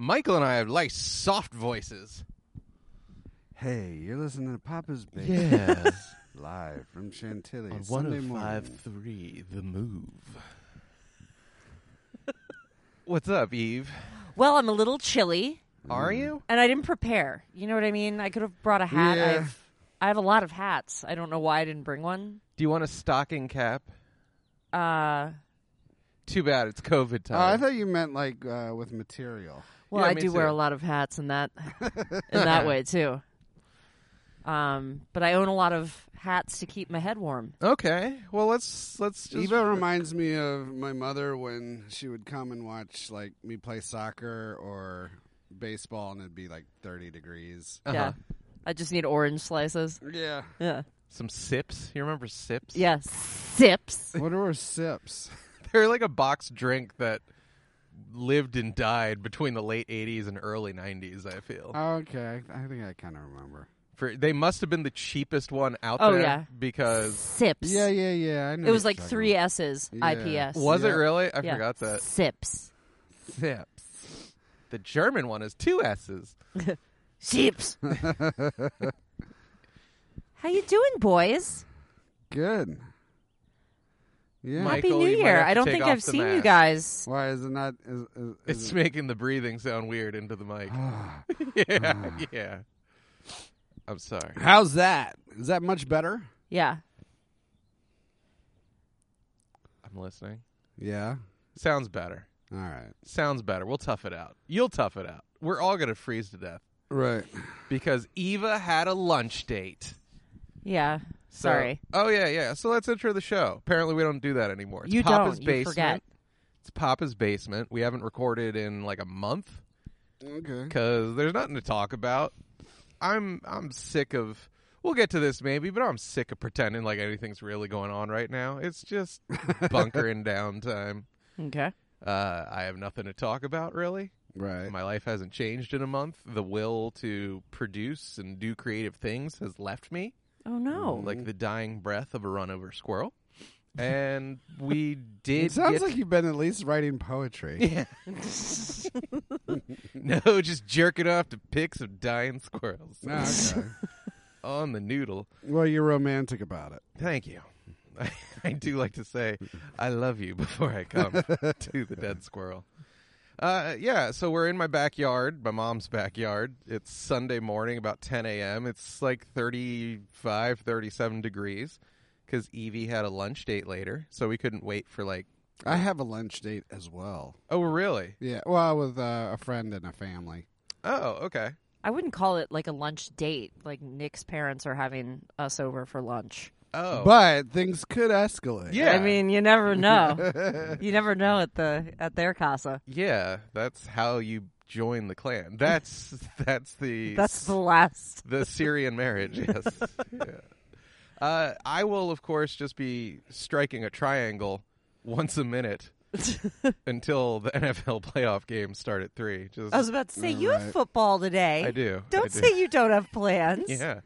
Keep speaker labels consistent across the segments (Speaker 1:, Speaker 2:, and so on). Speaker 1: Michael and I have like soft voices.
Speaker 2: Hey, you're listening to Papa's Basement
Speaker 3: Yeah.
Speaker 2: live from Chantilly
Speaker 3: On
Speaker 2: Sunday morning.
Speaker 3: 105.3, The Move.
Speaker 1: What's up, Eve?
Speaker 4: Well, I'm a little chilly,
Speaker 1: Are you?
Speaker 4: and I didn't prepare. You know what I mean? I could have brought a hat.
Speaker 2: Yeah.
Speaker 4: I've, I have a lot of hats. I don't know why I didn't bring one.
Speaker 1: Do you want a stocking cap?
Speaker 4: Uh,
Speaker 1: Too bad it's COVID
Speaker 2: Oh, I
Speaker 1: time.
Speaker 2: thought you meant like uh, with material.
Speaker 4: well,
Speaker 1: Yeah,
Speaker 4: I
Speaker 1: me
Speaker 4: do wear
Speaker 1: too.
Speaker 4: a lot of hats in that in that way too. Um, but I own a lot of hats to keep my head warm.
Speaker 1: okay. Well, let's let's just
Speaker 2: Eva reminds me of my mother when she would come and watch like me play soccer or baseball, and it'd be like 30 degrees.
Speaker 4: Yeah, I just need orange slices.
Speaker 2: Yeah.
Speaker 4: Yeah,
Speaker 1: some sips. You remember sips?
Speaker 4: yeah, sips.
Speaker 2: What are our sips?
Speaker 1: They're like a box drink that lived and died between the late 80s and early 90s, I feel.
Speaker 3: Uh,
Speaker 2: Oh, okay, I think I kind of remember.
Speaker 1: For they must have been the cheapest one out
Speaker 4: Oh,
Speaker 1: there
Speaker 4: yeah.
Speaker 1: because
Speaker 4: Sips.
Speaker 2: Yeah, yeah, yeah. I know
Speaker 4: It was
Speaker 2: what
Speaker 4: like
Speaker 2: you're
Speaker 4: three
Speaker 2: talking
Speaker 4: S's.
Speaker 2: Yeah.
Speaker 4: IPS.
Speaker 1: was it
Speaker 2: Yeah.
Speaker 1: really? I
Speaker 4: Yeah.
Speaker 1: forgot that.
Speaker 4: Sips.
Speaker 1: Sips. The German one is two S's.
Speaker 4: Sips. How you doing, boys?
Speaker 2: about. Good. Yeah.
Speaker 1: My-
Speaker 4: Happy
Speaker 1: Michael,
Speaker 4: New
Speaker 1: you might
Speaker 4: Year.
Speaker 1: have to
Speaker 4: I don't
Speaker 1: take
Speaker 4: think
Speaker 1: off
Speaker 4: I've
Speaker 1: the
Speaker 4: seen you
Speaker 1: mask.
Speaker 4: guys.
Speaker 2: Why is it not? Is, is, is
Speaker 1: It's
Speaker 2: it-
Speaker 1: making the breathing sound weird into the mic. yeah, yeah. I'm sorry.
Speaker 2: How's that? Is that much better?
Speaker 4: Yeah.
Speaker 1: I'm listening.
Speaker 2: Yeah.
Speaker 1: Sounds better.
Speaker 2: All right.
Speaker 1: Sounds better. We'll tough it out. You'll tough it out. We're all gonna freeze to death
Speaker 2: Right.
Speaker 1: because Eva had a lunch date.
Speaker 4: Yeah.
Speaker 1: So-
Speaker 4: Sorry.
Speaker 1: Oh yeah, yeah. So let's enter the show. Apparently we don't do that anymore. It's
Speaker 4: You
Speaker 1: Papa's
Speaker 4: don't. You
Speaker 1: basement.
Speaker 4: forget.
Speaker 1: It's Papa's basement. We haven't recorded in like a month
Speaker 2: Okay.
Speaker 1: because there's nothing to talk about. I'm I'm sick of. We'll get to this maybe, but I'm sick of pretending like anything's really going on right now. It's just bunkering down time.
Speaker 4: Okay.
Speaker 1: Uh, I have nothing to talk about really.
Speaker 2: Right.
Speaker 1: My life hasn't changed in a month. The will to produce and do creative things has left me,
Speaker 4: Oh no.
Speaker 2: Mm-hmm.
Speaker 1: like the dying breath of a runover squirrel. And we did.
Speaker 2: It sounds
Speaker 1: get-
Speaker 2: like you've been at least writing poetry.
Speaker 1: Yeah. no, just jerking off to pics of dying squirrels
Speaker 2: Ah, okay.
Speaker 1: on the noodle.
Speaker 2: well, you're romantic about it.
Speaker 1: Thank you. I, I do like to say I love you before I come to the dead squirrel. Uh, yeah, so we're in my backyard, my mom's backyard. It's Sunday morning, about 10 a.m. It's like 35, 37 degrees because Evie had a lunch date later, so we couldn't wait for like.
Speaker 2: I have a lunch date as well.
Speaker 1: Oh, really?
Speaker 2: Yeah. Well, with uh, a friend and a family.
Speaker 1: Oh, okay.
Speaker 4: I wouldn't call it like a lunch date. Like Nick's parents are having us over for lunch.
Speaker 1: Oh,
Speaker 2: But things could escalate.
Speaker 1: Yeah.
Speaker 4: I mean, you never know. you never know at the at their casa.
Speaker 1: yeah, that's how you join the clan. That's that's the
Speaker 4: That's the last.
Speaker 1: the Syrian marriage, yes. yeah. uh, I will, of course, just be striking a triangle once a minute until the NFL playoff games start at three. Just,
Speaker 4: I was about to say you
Speaker 2: Right.
Speaker 4: have football today.
Speaker 1: I do. I
Speaker 4: Don't
Speaker 1: do.
Speaker 4: say you don't have plans.
Speaker 1: yeah,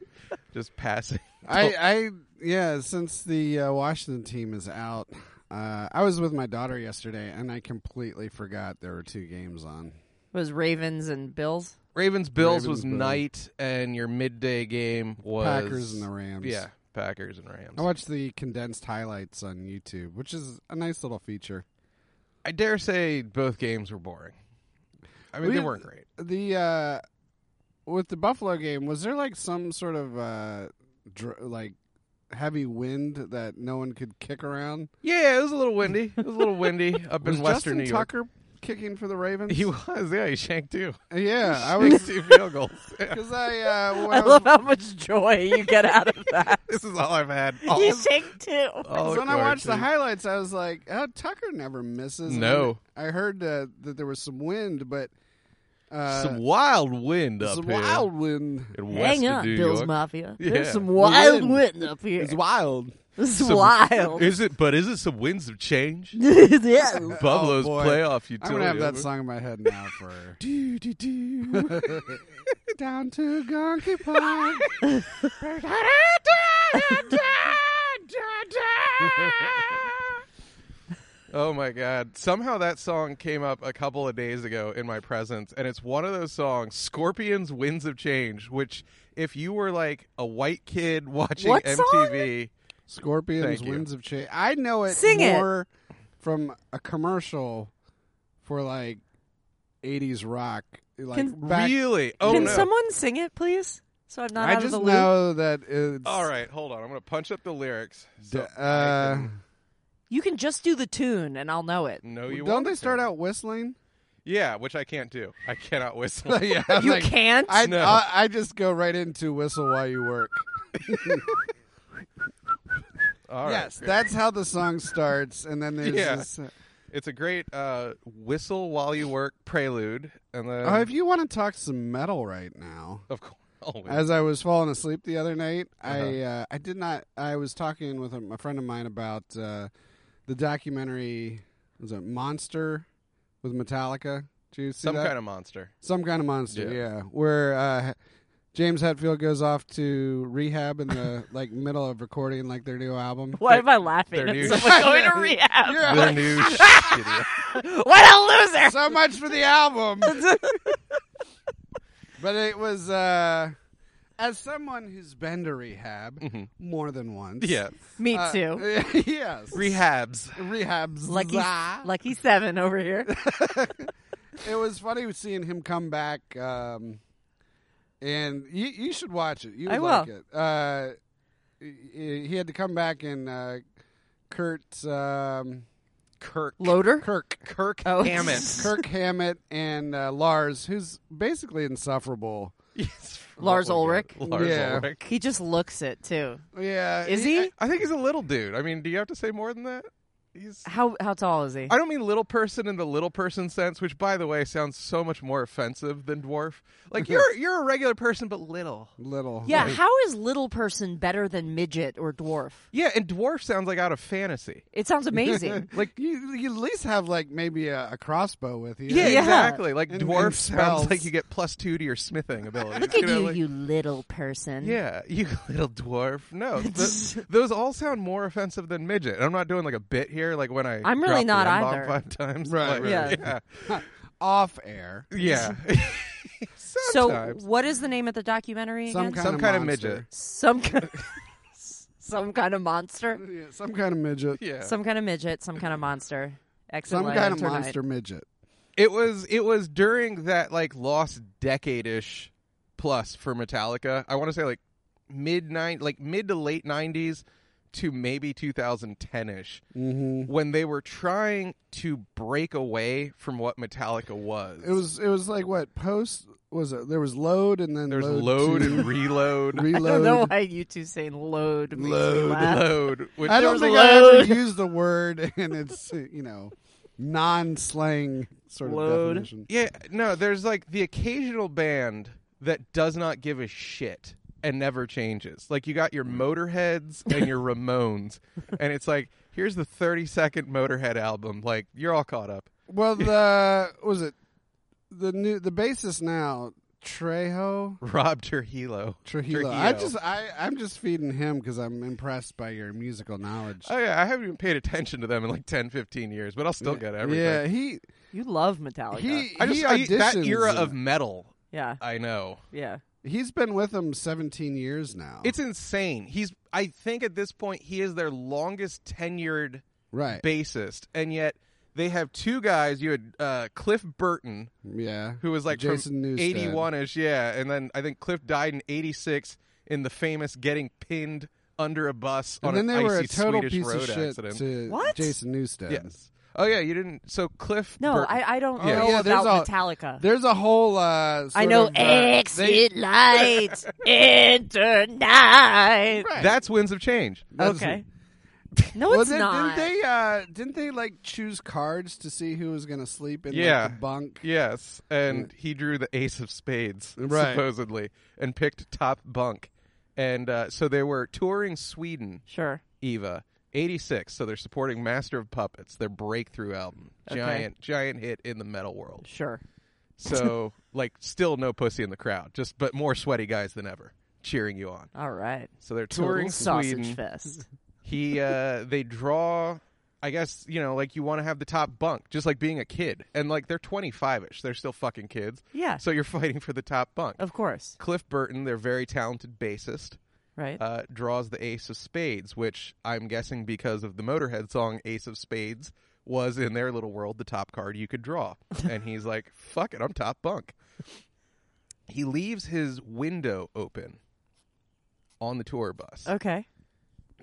Speaker 1: just passing.
Speaker 2: I, I yeah. Since the uh, Washington team is out, uh, I was with my daughter yesterday, and I completely forgot there were two games on.
Speaker 4: was Ravens and Bills.
Speaker 1: Ravens Bills
Speaker 2: Ravens,
Speaker 1: was
Speaker 2: Bills.
Speaker 1: night, and your midday game was
Speaker 2: Packers and the Rams. Oh,
Speaker 1: Yeah, Packers and Rams.
Speaker 2: I watched the condensed highlights on YouTube, which is a nice little feature.
Speaker 1: I dare say both games were boring. I mean,
Speaker 2: We-
Speaker 1: they weren't great.
Speaker 2: The uh, with the Buffalo game, was there like some sort of uh, dr- like heavy wind that no one could kick around?
Speaker 1: Yeah, it was a little windy. It was a little windy up
Speaker 2: was
Speaker 1: in Western
Speaker 2: Justin
Speaker 1: New York.
Speaker 2: Tucker kicking for the Ravens?
Speaker 1: He was, yeah, he shanked two.
Speaker 2: Oh, yeah, I
Speaker 1: Takes
Speaker 2: was
Speaker 1: two field goals. Yeah.
Speaker 2: because I uh, when
Speaker 4: I
Speaker 2: I
Speaker 4: love
Speaker 2: was,
Speaker 4: how much joy you get out of that.
Speaker 1: This is all I've had. All,
Speaker 4: you shake too.
Speaker 1: all
Speaker 2: 'cause when I watched the
Speaker 1: quarantine.
Speaker 2: highlights, I was like, oh, Tucker never misses. And
Speaker 1: No.
Speaker 2: I heard uh, that there was some wind, but uh,
Speaker 1: some wind wind up
Speaker 2: some
Speaker 1: here
Speaker 2: wild wind.
Speaker 1: in west
Speaker 4: Hang
Speaker 1: of
Speaker 4: on,
Speaker 1: New
Speaker 4: Bills
Speaker 1: York.
Speaker 4: Mafia.
Speaker 1: Yeah.
Speaker 4: There's some wild
Speaker 2: Wind.
Speaker 4: wind up here.
Speaker 2: It's wild.
Speaker 4: This is
Speaker 1: Some-
Speaker 4: wild.
Speaker 1: Is it? But is it some winds of change?
Speaker 4: yeah.
Speaker 1: Buffalo's
Speaker 2: boy.
Speaker 1: playoff
Speaker 2: I'm
Speaker 1: utility.
Speaker 2: gonna have that
Speaker 1: over.
Speaker 2: song in my head now for
Speaker 1: Do, do, do.
Speaker 2: down to Gonky Park.
Speaker 1: Oh my god. Somehow that song came up a couple of days ago in my presence and it's one of those songs, Scorpions Winds of Change, which if you were like a white kid watching
Speaker 4: What song?
Speaker 1: MTV,
Speaker 2: Scorpions,
Speaker 1: Thank you.
Speaker 2: Winds of Change. I know it
Speaker 4: Sing it.
Speaker 2: more from a commercial for like '80s rock. Like
Speaker 4: Can-
Speaker 2: back,
Speaker 1: really? Oh
Speaker 4: Can
Speaker 1: no.
Speaker 4: someone sing it, please? So I'm not
Speaker 2: I
Speaker 4: out of
Speaker 2: just
Speaker 4: the loop.
Speaker 2: know that it's
Speaker 1: All right, hold on. I'm going to punch up the lyrics.
Speaker 2: d-
Speaker 1: So I
Speaker 2: uh,
Speaker 1: can-
Speaker 4: You can just do the tune, and I'll know it.
Speaker 1: no, you
Speaker 2: don't
Speaker 1: want
Speaker 2: they
Speaker 1: to.
Speaker 2: start out whistling?
Speaker 1: Yeah, which I can't do. I cannot whistle.
Speaker 2: yeah, I'm
Speaker 4: You
Speaker 2: like,
Speaker 4: can't.
Speaker 2: I,
Speaker 1: No.
Speaker 2: I I just go right into whistle while you work.
Speaker 1: All right.
Speaker 2: yes, that's how the song starts, and then there's
Speaker 1: Yeah.
Speaker 2: this. uh,
Speaker 1: It's a great uh, whistle while you work prelude, and then
Speaker 2: Oh, if you want to talk some metal right now,
Speaker 1: of course always.
Speaker 2: As I was falling asleep the other night, I
Speaker 1: Uh-huh.
Speaker 2: uh, I did not. I was talking with a, a friend of mine about uh, the documentary. Was it Monster with Metallica? Did you see
Speaker 1: some
Speaker 2: that?
Speaker 1: kind of monster.
Speaker 2: some kind of monster?
Speaker 1: Yeah.
Speaker 2: Yeah, where uh, James Hetfield goes off to rehab in the like middle of recording like their new album.
Speaker 4: Why am I laughing?
Speaker 1: They're
Speaker 4: at
Speaker 1: new-
Speaker 4: Someone going to rehab.
Speaker 2: You're
Speaker 1: Their
Speaker 2: like,
Speaker 1: new shitty-
Speaker 4: What a loser!
Speaker 2: so much for the album. but it was uh, as someone who's been to rehab more than once.
Speaker 1: Mm-hmm. Yeah,
Speaker 4: Me
Speaker 2: Uh,
Speaker 4: too.
Speaker 2: yes.
Speaker 1: rehabs.
Speaker 2: Rehabs.
Speaker 4: Lucky,
Speaker 2: Zah.
Speaker 4: lucky seven over here.
Speaker 2: it was funny seeing him come back. Um, and you, you should watch it. You would
Speaker 4: I
Speaker 2: like
Speaker 4: will.
Speaker 2: it. Uh, he he had to come back and uh, Kurt um,
Speaker 1: Kirk.
Speaker 4: Loader.
Speaker 2: Kirk
Speaker 1: Kirk
Speaker 4: Oh.
Speaker 1: Hammett.
Speaker 2: Kirk Hammett and uh, Lars, who's basically insufferable.
Speaker 1: Yes.
Speaker 4: Lars
Speaker 1: Oh, my God.
Speaker 4: Ulrich.
Speaker 1: Lars
Speaker 2: Yeah.
Speaker 1: Ulrich.
Speaker 4: He just looks it too.
Speaker 2: Yeah,
Speaker 4: Is he?
Speaker 1: I think he's a little dude. I mean, do you have to say more than that? He's.
Speaker 4: How how tall is he?
Speaker 1: I don't mean little person in the little person sense, which, by the way, sounds so much more offensive than dwarf. Like you're you're a regular person, but little.
Speaker 2: little?
Speaker 4: Yeah, how is little person better than midget or dwarf?
Speaker 1: Yeah, and dwarf sounds like out of fantasy.
Speaker 4: It sounds amazing.
Speaker 2: like you, you at least have like maybe a, a crossbow with you.
Speaker 1: Yeah,
Speaker 4: Yeah.
Speaker 1: exactly. Like
Speaker 2: And-
Speaker 1: dwarf
Speaker 2: and
Speaker 1: sounds
Speaker 2: spells.
Speaker 1: like you get plus two to your smithing abilities.
Speaker 4: Look at
Speaker 1: know,
Speaker 4: you,
Speaker 1: like-
Speaker 4: you little person.
Speaker 1: yeah, you little dwarf. No, th- those all sound more offensive than midget. I'm not doing like a bit here. Like when I
Speaker 4: I'm really
Speaker 1: drop
Speaker 4: not
Speaker 1: the N-bomb
Speaker 4: either.
Speaker 1: Five times,
Speaker 2: Right,
Speaker 1: Like,
Speaker 4: right.
Speaker 1: yeah,
Speaker 2: off air.
Speaker 1: yeah.
Speaker 4: So,
Speaker 1: Sometimes.
Speaker 4: what is the name of the documentary
Speaker 2: Some
Speaker 4: again?
Speaker 2: kind,
Speaker 1: Some
Speaker 2: of,
Speaker 1: kind of
Speaker 2: monster.
Speaker 1: midget.
Speaker 4: some kind, some kind of monster,
Speaker 2: Yeah, some kind of midget.
Speaker 1: yeah.
Speaker 4: some kind of midget, some kind of monster. Excellent.
Speaker 2: Some kind of monster midget.
Speaker 1: It was it was during that like lost decade ish plus for Metallica. I want to say like mid nine like mid to late nineties to maybe 2010 ish
Speaker 2: Mm-hmm.
Speaker 1: when they were trying to break away from what Metallica was.
Speaker 2: It was it was like what post was it? There was load and then
Speaker 1: there's
Speaker 2: load,
Speaker 1: load,
Speaker 2: two,
Speaker 1: and reload,
Speaker 4: I
Speaker 2: reload.
Speaker 4: don't know why you two saying load. makes me laugh.
Speaker 1: load. Which
Speaker 2: I don't
Speaker 4: was
Speaker 2: think I
Speaker 4: load.
Speaker 2: ever used the word, and it's uh, you know non-slang sort
Speaker 4: Load.
Speaker 2: of definition.
Speaker 1: yeah, no. There's like the occasional band that does not give a shit and never changes. Like you got your
Speaker 2: Hmm.
Speaker 1: Motorheads and your Ramones, and it's like here's the 30 second Motorhead album. Like you're all caught up.
Speaker 2: Well, the was it the new the bassist now Trejo.
Speaker 1: Rob Trujillo.
Speaker 2: Trujillo. I just I I'm just feeding him because I'm impressed by your musical knowledge.
Speaker 1: Oh yeah, I haven't even paid attention to them in like 10, 15 years, but I'll still get everything.
Speaker 2: yeah, he
Speaker 4: You love Metallica.
Speaker 2: he
Speaker 1: I just
Speaker 2: he
Speaker 1: I,
Speaker 2: auditions.
Speaker 1: that era
Speaker 2: and-
Speaker 1: of metal.
Speaker 4: yeah,
Speaker 1: I know.
Speaker 4: yeah.
Speaker 2: he's been with them 17 years now.
Speaker 1: It's insane. He's I think at this point he is their longest tenured
Speaker 2: right.
Speaker 1: bassist, and yet they have two guys. You had uh, Cliff Burton,
Speaker 2: yeah.
Speaker 1: who was like from
Speaker 2: Jason Newsted.
Speaker 1: eighty one ish, yeah, and then I think Cliff died in eighty six in the famous getting pinned under a bus
Speaker 2: And
Speaker 1: on
Speaker 2: then
Speaker 1: an
Speaker 2: they were a
Speaker 1: icy
Speaker 2: total
Speaker 1: Swedish
Speaker 2: piece
Speaker 1: road
Speaker 2: of shit
Speaker 1: accident.
Speaker 2: to
Speaker 4: What?
Speaker 2: Jason Newstead.
Speaker 1: Yes. Oh yeah, you didn't. So Cliff.
Speaker 4: No,
Speaker 1: Burton-
Speaker 4: I, I don't
Speaker 1: Yeah.
Speaker 4: know
Speaker 2: Yeah, there's
Speaker 4: about
Speaker 2: all-
Speaker 4: Metallica.
Speaker 2: There's a whole uh sort
Speaker 4: I know
Speaker 2: of, uh, they-
Speaker 4: exit lights, enter night.
Speaker 1: That's Winds of Change.
Speaker 2: that's-
Speaker 4: Okay. No,
Speaker 2: Well,
Speaker 4: it's
Speaker 2: then, didn't
Speaker 4: not.
Speaker 2: they uh didn't they like choose cards to see who was going to sleep in like,
Speaker 1: Yeah.
Speaker 2: the bunk?
Speaker 1: Yes, and he drew the ace of spades
Speaker 2: Right.
Speaker 1: supposedly, and picked top bunk, and uh, so they were touring Sweden.
Speaker 4: Sure.
Speaker 1: Eva, eighty six. So they're supporting Master of Puppets, their breakthrough album,
Speaker 4: Okay.
Speaker 1: giant giant hit in the metal world.
Speaker 4: Sure.
Speaker 1: So like, still no pussy in the crowd, just but more sweaty guys than ever cheering you on.
Speaker 4: All right.
Speaker 1: So they're
Speaker 4: Total
Speaker 1: touring
Speaker 4: sausage
Speaker 1: Sweden.
Speaker 4: fest.
Speaker 1: He uh, they draw I guess you know, like you want to have the top bunk, just like being a kid, and like they're twenty five ish, they're still fucking kids.
Speaker 4: Yeah.
Speaker 1: So you're fighting for the top bunk.
Speaker 4: Of course.
Speaker 1: Cliff Burton, their very talented bassist,
Speaker 4: Right.
Speaker 1: uh, draws the Ace of Spades, which I'm guessing because of the Motorhead song Ace of Spades was in their little world the top card you could draw. and he's like, fuck it, I'm top bunk. He leaves his window open on the tour bus.
Speaker 4: okay.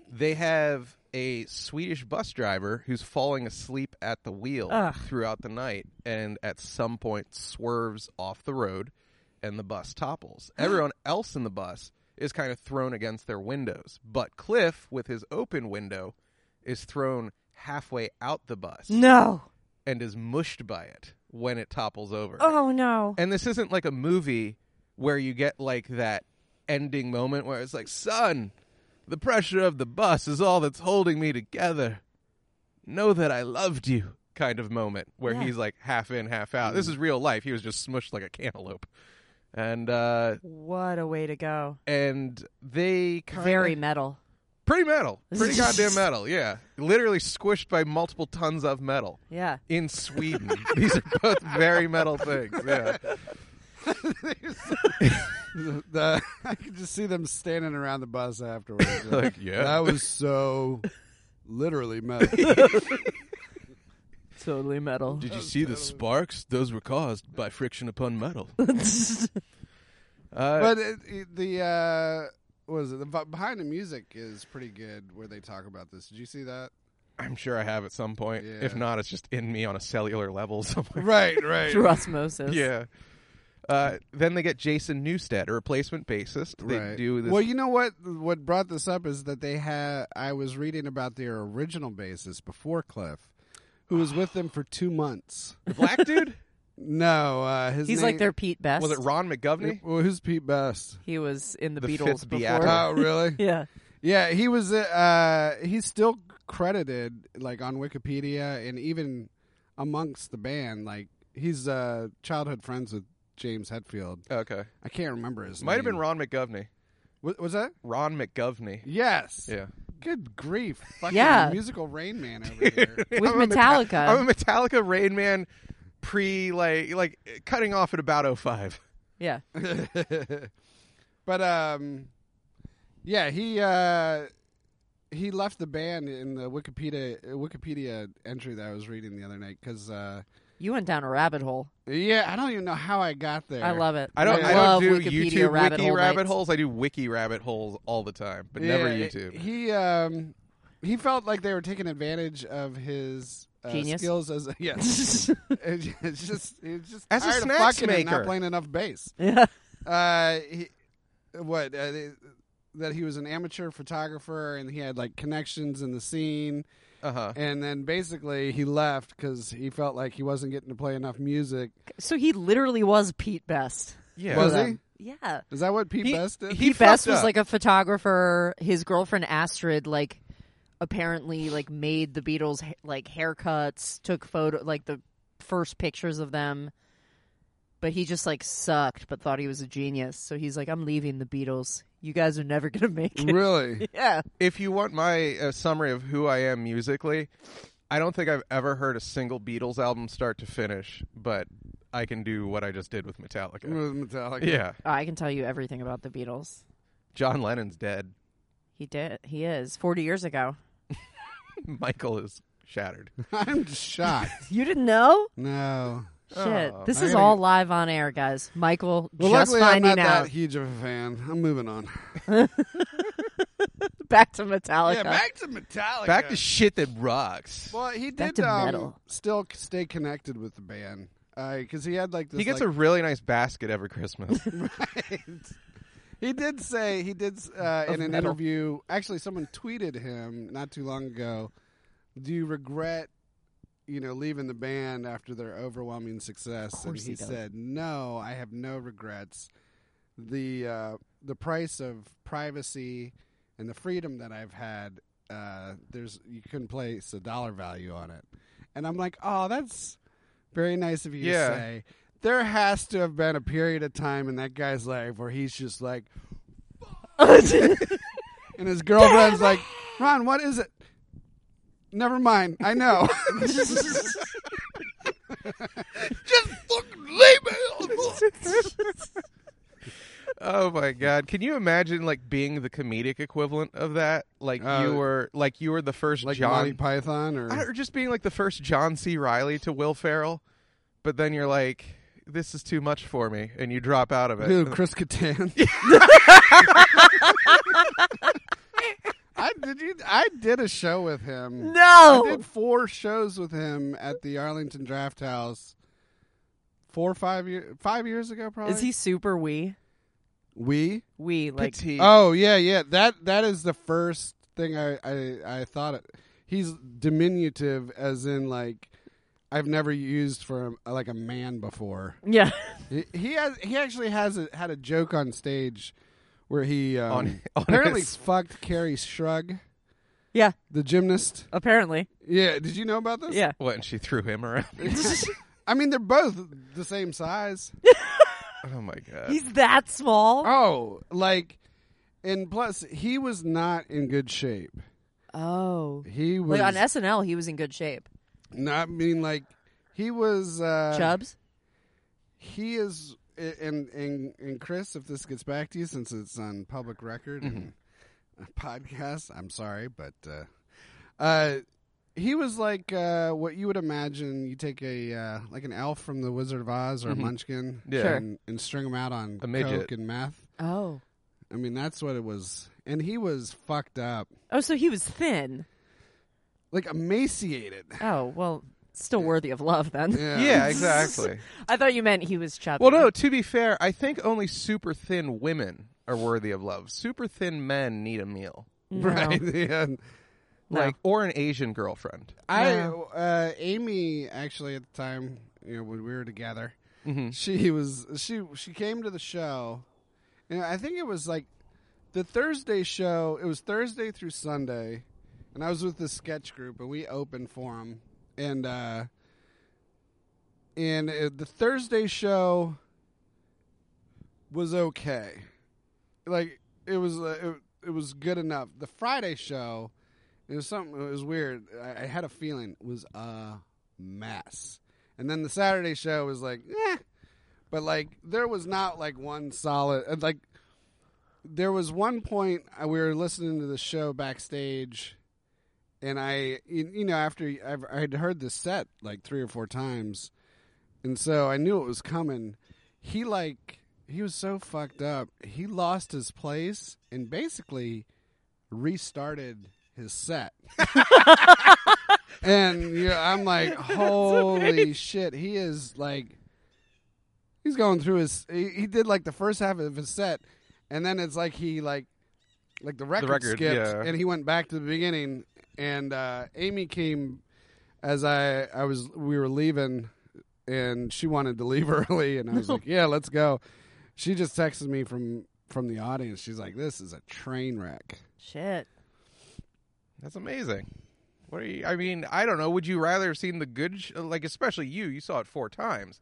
Speaker 1: They have a Swedish bus driver who's falling asleep at the wheel
Speaker 4: Ugh.
Speaker 1: throughout the night and at some point swerves off the road and the bus topples. Everyone else in the bus is kind of thrown against their windows, but Cliff, with his open window, is thrown halfway out the bus
Speaker 4: No.
Speaker 1: and is mushed by it when it topples over.
Speaker 4: Oh no.
Speaker 1: And this isn't like a movie where you get like that ending moment where it's like, son, the pressure of the bus is all that's holding me together. Know that I loved you kind of moment where
Speaker 4: Yeah.
Speaker 1: he's like half in, half out. This is real life. He was just smushed like a cantaloupe. And uh
Speaker 4: What a way to go.
Speaker 1: and they kind
Speaker 4: Very metal.
Speaker 1: pretty metal. Pretty goddamn metal, yeah. Literally squished by multiple tons of metal.
Speaker 4: Yeah.
Speaker 1: In Sweden. These are both very metal things. Yeah.
Speaker 2: The- the- I could just see them standing around the bus afterwards.
Speaker 1: Like, yeah.
Speaker 2: That was so literally metal.
Speaker 4: Totally metal.
Speaker 2: Oh,
Speaker 1: Did you see the sparks? Those were caused by friction upon metal. Uh,
Speaker 2: but it, it- the uh, what is it? The v- behind the music is pretty good. Where they talk about this. Did you see that?
Speaker 1: I'm sure I have at some point.
Speaker 2: Yeah.
Speaker 1: If not, it's just in me on a cellular level somewhere.
Speaker 2: Right, right.
Speaker 4: Through osmosis.
Speaker 1: Yeah. Uh, then they get Jason Newsted, a replacement bassist. They
Speaker 2: Right.
Speaker 1: do this.
Speaker 2: Well, you know what? What brought this up is that they had. I was reading about their original bassist before Cliff, who was with them for two months.
Speaker 1: the black dude?
Speaker 2: No, uh, his
Speaker 4: He's
Speaker 2: name,
Speaker 4: like their Pete Best.
Speaker 1: Was it Ron McGovney?
Speaker 2: Well, who's Pete Best?
Speaker 4: He was in the,
Speaker 1: The
Speaker 4: Beatles
Speaker 1: fifth
Speaker 4: before.
Speaker 1: Beatle.
Speaker 2: Oh, really?
Speaker 4: yeah.
Speaker 2: yeah, he was. Uh, he's still credited like on Wikipedia and even amongst the band. Like he's uh, childhood friends with James Hetfield.
Speaker 1: Oh, Okay.
Speaker 2: I can't remember his.
Speaker 1: Might have been
Speaker 2: name.
Speaker 1: Ron McGovney.
Speaker 2: Wa- was that?
Speaker 1: Ron McGovney.
Speaker 2: Yes.
Speaker 1: Yeah.
Speaker 2: Good grief! Fucking
Speaker 4: Yeah.
Speaker 2: musical Rain Man over here.
Speaker 4: With
Speaker 1: I'm a Meta-
Speaker 4: Metallica.
Speaker 1: I'm a Metallica Rain Man pre, like, like cutting off at about 05.
Speaker 4: Yeah.
Speaker 2: but um, yeah, he uh, he left the band in the Wikipedia Wikipedia entry that I was reading the other night because uh,
Speaker 4: You went down a rabbit hole.
Speaker 2: yeah, I don't even know how I got there.
Speaker 4: I love it.
Speaker 1: I don't.
Speaker 2: I
Speaker 1: I, don't
Speaker 4: love
Speaker 1: do
Speaker 4: Wikipedia
Speaker 1: YouTube
Speaker 4: rabbit
Speaker 1: wiki
Speaker 4: hole
Speaker 1: rabbit
Speaker 4: nights.
Speaker 1: holes. I do wiki rabbit holes all the time, but never
Speaker 2: Yeah,
Speaker 1: YouTube.
Speaker 2: He um, he felt like they were taking advantage of his. Uh,
Speaker 4: Genius.
Speaker 2: skills as a, yes, it's just it's just
Speaker 1: As a
Speaker 2: tired of
Speaker 1: snacks
Speaker 2: fucking and
Speaker 1: maker.
Speaker 2: not playing enough bass.
Speaker 4: Yeah.
Speaker 2: uh, he, what uh, they- that he was an amateur photographer and he had like connections in the scene
Speaker 1: Uh huh.
Speaker 2: and then basically he left because he felt like he wasn't getting to play enough music
Speaker 4: So he literally was Pete Best.
Speaker 1: Yeah.
Speaker 2: was he
Speaker 4: them. Yeah.
Speaker 2: is that what pete
Speaker 1: He-
Speaker 2: best did
Speaker 1: he-
Speaker 4: Pete Best
Speaker 1: fucked
Speaker 4: was
Speaker 1: up.
Speaker 4: like a photographer. His girlfriend Astrid, like, apparently, like, made the Beatles ha- like haircuts, took photo, like the first pictures of them. But he just like sucked, but thought he was a genius. So he's like, "I'm leaving the Beatles. You guys are never gonna make it."
Speaker 2: really
Speaker 4: Yeah,
Speaker 1: If you want my uh, summary of who I am musically, I don't think I've ever heard a single Beatles album start to finish, but I can do what I just did with
Speaker 2: With
Speaker 1: Metallica.
Speaker 2: Metallica.
Speaker 1: Yeah.
Speaker 4: Oh, I can tell you everything about the Beatles.
Speaker 1: John Lennon's dead.
Speaker 4: He did. He is forty years ago.
Speaker 1: Michael is shattered.
Speaker 2: i'm shocked
Speaker 4: You didn't know?
Speaker 2: no
Speaker 4: Shit,
Speaker 1: Oh.
Speaker 4: this
Speaker 2: I
Speaker 4: is
Speaker 2: gotta
Speaker 4: all
Speaker 2: get-
Speaker 4: live on air, guys. Michael
Speaker 2: well
Speaker 4: just
Speaker 2: luckily i'm
Speaker 4: finding
Speaker 2: not
Speaker 4: out.
Speaker 2: that huge of a fan i'm moving on
Speaker 4: Back to Metallica.
Speaker 2: to metallica
Speaker 1: Back to shit that rocks.
Speaker 2: well he
Speaker 4: Back
Speaker 2: did
Speaker 4: to
Speaker 2: um,
Speaker 4: metal.
Speaker 2: still c- stay connected with the band because he had like this
Speaker 1: He gets
Speaker 2: like,
Speaker 1: a really nice basket every Christmas.
Speaker 2: He did say he did uh, in an
Speaker 4: metal.
Speaker 2: interview. Actually, someone tweeted him not too long ago. Do you regret, you know, leaving the band after their overwhelming success? and
Speaker 4: course
Speaker 2: he,
Speaker 4: he does.
Speaker 2: said, "No, I have no regrets. The uh, the price of privacy and the freedom that I've had. Uh, there's you couldn't place a dollar value on it." And I'm like, "Oh, that's very nice of you
Speaker 1: Yeah.
Speaker 2: to say." There has to have been a period of time in that guy's life where he's just like, and his girlfriend's like, Ron, what is it? Never mind. I know.
Speaker 1: Just fucking leave me alone. Oh my god! Can you imagine like being the comedic equivalent of that? Like
Speaker 2: Uh,
Speaker 1: you were, like you were the first
Speaker 2: like Monty
Speaker 1: John,
Speaker 2: Python or
Speaker 1: I don't- or just being like the first John C. Riley to Will Ferrell, but then you're like, this is too much for me, and you drop out of it.
Speaker 2: Dude, Chris Kattan. I did you I did a show with him.
Speaker 4: No.
Speaker 2: I did four shows with him at the Arlington Draft House. Four or five years, five years ago, probably.
Speaker 4: Is he super wee?
Speaker 2: we?
Speaker 4: Wee like
Speaker 1: Petite.
Speaker 2: Oh yeah, yeah. That that is the first thing I I, I thought. It, he's diminutive, as in like I've never used for a, like a man before.
Speaker 4: yeah.
Speaker 2: He- He has. He actually has a, had a joke on stage where he um,
Speaker 1: On- on
Speaker 2: apparently
Speaker 1: his-
Speaker 2: fucked Carrie Shrug,
Speaker 4: Yeah,
Speaker 2: the gymnast.
Speaker 4: apparently.
Speaker 2: Yeah, did you know about this?
Speaker 4: Yeah.
Speaker 1: What? And she threw him around.
Speaker 2: I mean, they're both the same size.
Speaker 1: oh my god!
Speaker 4: He's that small.
Speaker 2: Oh, like, and plus he was not in good shape.
Speaker 4: Oh.
Speaker 2: He was
Speaker 4: Like on SNL he was in good shape.
Speaker 2: not. I mean, like, he was. Uh,
Speaker 4: Chubs?
Speaker 2: He is. And and and Chris, if this gets back to you, since it's on public record and
Speaker 1: Mm-hmm.
Speaker 2: a podcast, I'm sorry, but uh, uh, he was like uh, what you would imagine. You take a uh, like an elf from the Wizard of Oz or a Munchkin,
Speaker 1: Mm-hmm. Yeah. Sure.
Speaker 2: and, and string him out on
Speaker 1: A midget.
Speaker 2: coke and meth.
Speaker 4: Oh.
Speaker 2: I mean, that's what it was. And he was fucked up,
Speaker 4: Oh, so he was thin.
Speaker 2: like emaciated.
Speaker 4: Oh, well, still worthy of love then.
Speaker 1: yeah, exactly.
Speaker 4: I thought you meant he was chubby.
Speaker 1: Well, no. To be fair, I think only super thin women are worthy of love. Super thin men need a meal,
Speaker 4: No.
Speaker 2: Right. Yeah.
Speaker 4: No.
Speaker 1: like or an Asian girlfriend.
Speaker 2: I
Speaker 4: No.
Speaker 2: uh, Amy actually at the time you know when we were together, she was she she came to the show, and I think it was like the Thursday show. It was Thursday through Sunday, and I was with this sketch group, and we opened for them, and uh, and uh, the Thursday show was okay, like it was uh, it, it was good enough. The Friday show. It was something. It was weird. I, I had a feeling it was a mess. And then the Saturday show was like, eh. but like there was not like one solid. uh, Like there was one point uh, we were listening to the show backstage, and I, you you know, after I've, I had heard this set like three or four times, and so I knew it was coming. He like he was so fucked up. He lost his place and basically restarted his set. and you know, I'm like, holy shit, he is like, he's going through his. He, he did like the first half of his set, and then it's like he like, like the record,
Speaker 1: record,
Speaker 2: skipped,
Speaker 1: yeah.
Speaker 2: and he went back to the beginning. And uh, Amy came as I I was we were leaving, and she wanted to leave early, and I was like, yeah, let's go. She just texted me from from the audience. She's like, this is a train wreck.
Speaker 4: Shit.
Speaker 1: That's amazing. What are you? I mean, I don't know. Would you rather have seen the good? Sh- like, especially you. You saw it four times.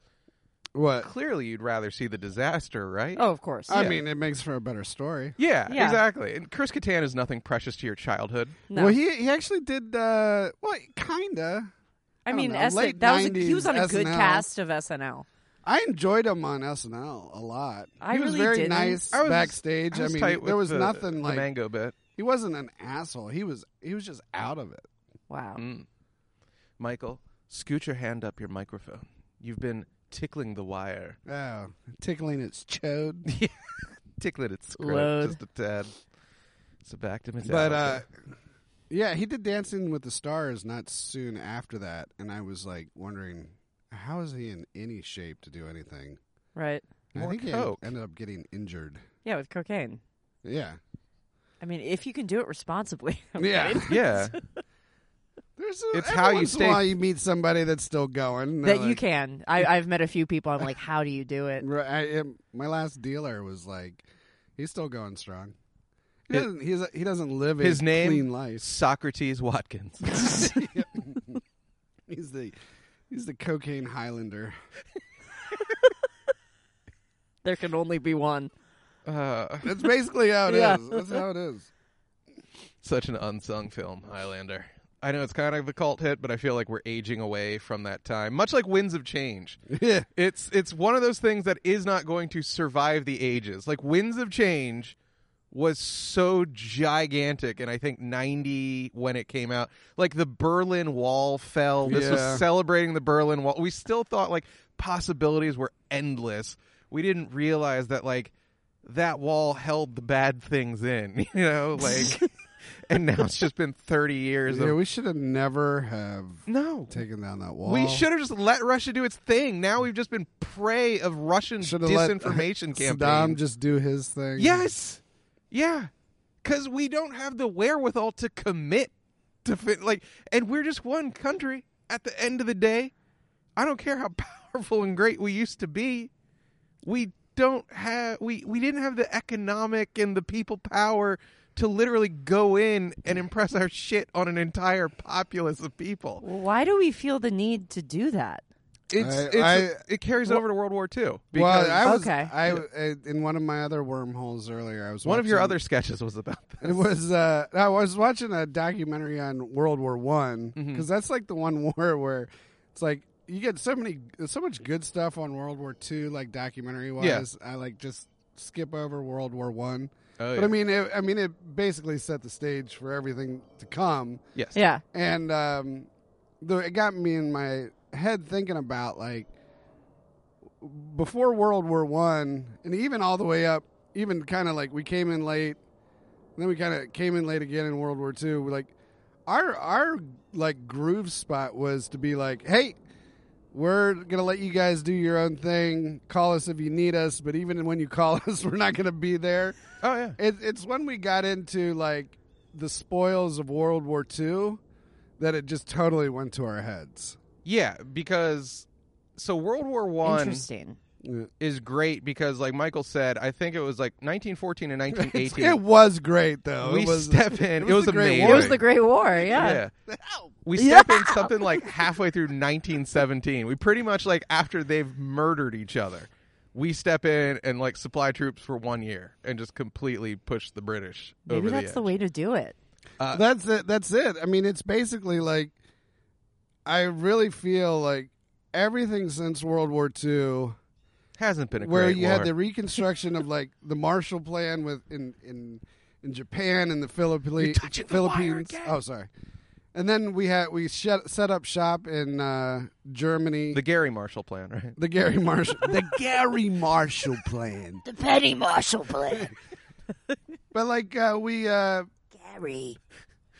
Speaker 2: What?
Speaker 1: Clearly, you'd rather see the disaster, right?
Speaker 4: Oh, of course.
Speaker 2: I
Speaker 1: Yeah.
Speaker 2: mean, it makes for a better story.
Speaker 1: Yeah,
Speaker 4: Yeah.
Speaker 1: exactly. And Chris Kattan is nothing precious to your childhood.
Speaker 4: No.
Speaker 2: Well, he he actually did. Uh, well, kinda.
Speaker 4: I
Speaker 2: don't
Speaker 4: mean,
Speaker 2: know,
Speaker 4: SN-
Speaker 2: late
Speaker 4: that was a, he
Speaker 2: 90s
Speaker 4: was on a good
Speaker 2: SNL.
Speaker 4: cast of SNL.
Speaker 2: I enjoyed him on SNL a lot.
Speaker 4: I
Speaker 2: he was
Speaker 4: really
Speaker 2: very
Speaker 4: didn't.
Speaker 2: nice
Speaker 1: I was-
Speaker 2: backstage. I,
Speaker 1: was
Speaker 2: mean,
Speaker 1: tight with
Speaker 2: there was
Speaker 1: the-
Speaker 2: nothing
Speaker 1: the
Speaker 2: like
Speaker 1: mango bit.
Speaker 2: he wasn't an asshole. He was he was just out of it.
Speaker 4: Wow.
Speaker 2: Mm.
Speaker 1: Mm. Michael, scoot your hand up your microphone. You've been tickling the wire,
Speaker 2: Oh, tickling its chode.
Speaker 1: tickling its scrot
Speaker 4: Load.
Speaker 1: just a tad. So back to Metallica.
Speaker 2: But uh, yeah, he did Dancing with the Stars not soon after that, and I was like wondering how is he in any shape to do anything.
Speaker 4: Right.
Speaker 2: And I
Speaker 1: More
Speaker 2: think
Speaker 1: coke.
Speaker 2: he ended up getting injured.
Speaker 4: Yeah, with cocaine.
Speaker 2: Yeah,
Speaker 4: I mean, if you can do it responsibly.
Speaker 2: yeah.
Speaker 1: yeah,
Speaker 2: There's
Speaker 1: It's
Speaker 2: every
Speaker 1: how you
Speaker 2: once in a
Speaker 1: stay-
Speaker 2: while you meet somebody that's still going. and
Speaker 4: That
Speaker 2: they're
Speaker 4: you
Speaker 2: like-
Speaker 4: can. I, I've met a few people. I'm like, how do you do it?
Speaker 2: Right, I am- my last dealer was like, he's still going strong. He doesn't. He's, he doesn't live
Speaker 1: his
Speaker 2: a
Speaker 1: name
Speaker 2: clean life.
Speaker 1: Socrates Watkins.
Speaker 2: He's the he's the cocaine Highlander.
Speaker 4: There can only be one.
Speaker 1: uh,
Speaker 2: That's basically how it is.
Speaker 4: Yeah.
Speaker 2: That's how it is.
Speaker 1: such an unsung film, Highlander. I know it's kind of a cult hit, but I feel like we're aging away from that time. Much like Winds of Change.
Speaker 2: Yeah.
Speaker 1: It's it's one of those things that is not going to survive the ages. Like Winds of Change was so gigantic and I think 90 when it came out. Like the Berlin Wall fell. This
Speaker 2: Yeah.
Speaker 1: was celebrating the Berlin Wall. We still thought like possibilities were endless. We didn't realize that like that wall held the bad things in, you know, like and now it's just been 30 years
Speaker 2: Yeah,
Speaker 1: of
Speaker 2: we should have never have
Speaker 1: no.
Speaker 2: taken down that wall.
Speaker 1: We should have just let Russia do its thing. Now we've just been prey of Russian
Speaker 2: Shoulda let
Speaker 1: disinformation
Speaker 2: Saddam
Speaker 1: campaign.
Speaker 2: just do his thing.
Speaker 1: Yes. Yeah. Cuz we don't have the wherewithal to commit to fit, like and we're just one country at the end of the day. I don't care how powerful and great we used to be. We don't have we we didn't have the economic and the people power to literally go in and impress our shit on an entire populace of people.
Speaker 4: Why do we feel the need to do that?
Speaker 1: It's,
Speaker 2: I-
Speaker 1: it's a-
Speaker 2: I-
Speaker 1: it carries over to World War II.
Speaker 2: Well,
Speaker 1: Because
Speaker 2: I was
Speaker 4: Okay.
Speaker 2: I uh, in one of my other wormholes earlier. I was
Speaker 1: one of your
Speaker 2: watching-
Speaker 1: other sketches was about
Speaker 2: It
Speaker 1: this.
Speaker 2: was uh, I was watching a documentary on World War One because that's like the one war where it's like you get so many so much good stuff on World War Two like documentary wise. I like just skip over World War One,
Speaker 1: Oh,
Speaker 2: but I mean it, I mean it basically set the stage for everything to come,
Speaker 1: yes.
Speaker 4: Yeah.
Speaker 2: and um, the, it got me in my head thinking about like before World War One, and even all the way up, even kind of like we came in late, and then we kind of came in late again in World War Two. We're like, our our like groove spot was to be like, hey, we're gonna let you guys do your own thing. Call us if you need us, but even when you call us, we're not gonna be there.
Speaker 1: Oh yeah.
Speaker 2: It, it's when we got into like the spoils of World War II that it just totally went to our heads.
Speaker 1: Yeah, because so World War One
Speaker 4: Interesting.
Speaker 1: is great because, like Michael said, I think it was like 1914 and
Speaker 2: It's-
Speaker 1: 1918.
Speaker 2: It was great though.
Speaker 1: we
Speaker 2: it was,
Speaker 1: step in.
Speaker 2: it
Speaker 1: It
Speaker 2: was
Speaker 1: was,
Speaker 2: the Great
Speaker 1: amazing.
Speaker 2: War.
Speaker 4: It was the Great War. Yeah.
Speaker 1: Yeah. We step in something like halfway through 1917. We pretty much like after they've murdered each other, we step in and like supply troops for one year and just completely push the British
Speaker 4: Maybe
Speaker 1: over
Speaker 4: that's
Speaker 1: the
Speaker 4: the
Speaker 1: edge.
Speaker 4: way to do it.
Speaker 1: Uh,
Speaker 2: that's it. That's it. I mean, it's basically like I really feel like everything since World War II,
Speaker 1: Hasn't been a
Speaker 2: where
Speaker 1: great
Speaker 2: you
Speaker 1: war.
Speaker 2: had the reconstruction of like the Marshall Plan with in in in Japan and the Philippi- Philippines. Oh, sorry. And then we had we shut, set up shop in uh, Germany.
Speaker 1: the Gary Marshall Plan, right?
Speaker 2: The Gary Marshall. the Gary Marshall plan.
Speaker 4: The Penny Marshall plan.
Speaker 2: But like uh, we uh,
Speaker 4: Gary.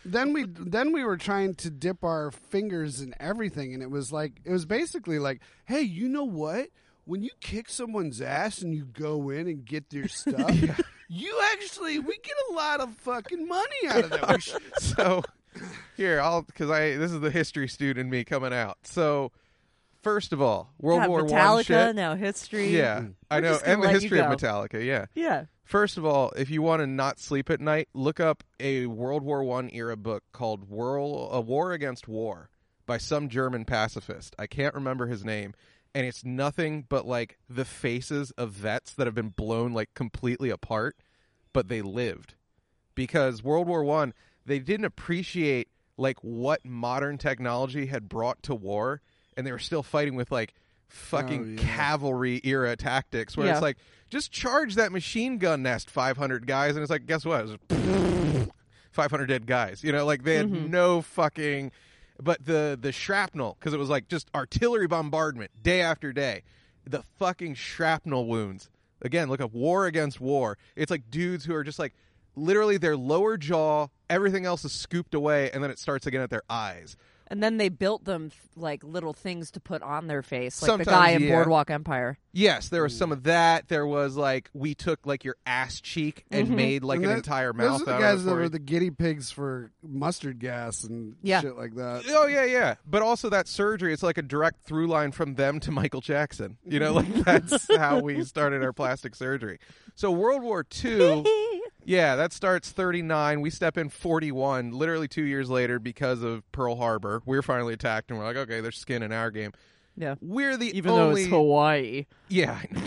Speaker 2: then we then we were trying to dip our fingers in everything, and it was like it was basically like, hey, you know what? When you kick someone's ass and you go in and get their stuff, you actually we get a lot of fucking money out of that. We sh-
Speaker 1: so here I'll because I this is the history student in me coming out. So first of all, World
Speaker 4: Yeah,
Speaker 1: War One
Speaker 4: Metallica,
Speaker 1: shit.
Speaker 4: now history.
Speaker 1: Yeah, I
Speaker 4: We're
Speaker 1: know,
Speaker 4: just gonna
Speaker 1: and the
Speaker 4: let you
Speaker 1: history of
Speaker 4: go.
Speaker 1: Metallica. Yeah.
Speaker 4: Yeah.
Speaker 1: First of all, if you want to not sleep at night, look up a World War One era book called "World A War Against War" by some German pacifist. I can't remember his name, and it's nothing but like the faces of vets that have been blown like completely apart, but they lived because World War One they didn't appreciate like what modern technology had brought to war, and they were still fighting with like fucking
Speaker 2: yeah.
Speaker 1: cavalry era tactics where
Speaker 4: Yeah.
Speaker 1: it's like just charge that machine gun nest 500 guys and it's like guess what It was 500 dead guys you know like they had no fucking but the the shrapnel because it was like just artillery bombardment day after day the fucking shrapnel wounds again look up war against war it's like dudes who are just like literally their lower jaw everything else is scooped away and then it starts again at their eyes
Speaker 4: And then they built them like little things to put on their face, like
Speaker 1: Sometimes,
Speaker 4: the guy in
Speaker 1: yeah.
Speaker 4: Boardwalk Empire.
Speaker 1: Yes, there was
Speaker 2: Mm.
Speaker 1: some of that. There was like we took like your ass cheek and made like
Speaker 2: And
Speaker 1: an
Speaker 2: Mm-hmm. that-
Speaker 1: entire
Speaker 2: Those
Speaker 1: mouth
Speaker 2: are the
Speaker 1: out
Speaker 2: guys
Speaker 1: of it
Speaker 2: that
Speaker 1: for
Speaker 2: were
Speaker 1: you.
Speaker 2: the guinea pigs for mustard gas and
Speaker 4: Yeah.
Speaker 2: shit like that.
Speaker 1: Oh yeah, yeah. But also that surgery, it's like a direct through line from them to Michael Jackson. You know,
Speaker 2: Mm-hmm.
Speaker 1: like that's how we started our plastic surgery. So World War II Yeah, that starts 39. We step in 41, literally two years later because of Pearl Harbor. We are finally attacked, and we're like, okay, there's skin in our game.
Speaker 4: Yeah.
Speaker 1: We're the
Speaker 4: Even though
Speaker 1: only.
Speaker 4: it's Hawaii,
Speaker 1: yeah, I know,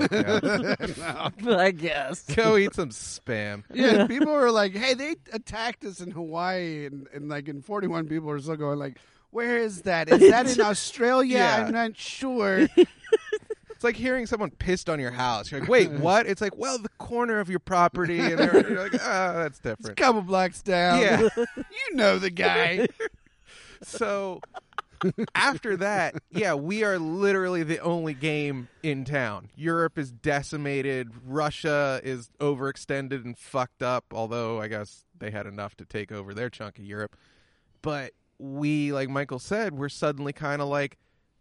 Speaker 1: apparently, yeah.
Speaker 4: I guess.
Speaker 1: Go eat some spam.
Speaker 2: Yeah, people were like, "Hey, they attacked us in Hawaii," and, and like in forty-one, people are still going like, "Where is that? Is that in Australia?
Speaker 1: Yeah.
Speaker 2: I'm not sure."
Speaker 1: It's like hearing someone pissed on your house. You're like, wait, what? It's like, well, the corner of your property, and they're- you're like, ah, that's
Speaker 2: It's a
Speaker 1: different.
Speaker 2: couple blocks down.
Speaker 1: Yeah.
Speaker 2: you know the guy.
Speaker 1: So after that, yeah, we are literally the only game in town. Europe is decimated. Russia is overextended and fucked up, although I guess they had enough to take over their chunk of Europe. But we, like Michael said, we're suddenly kind of like,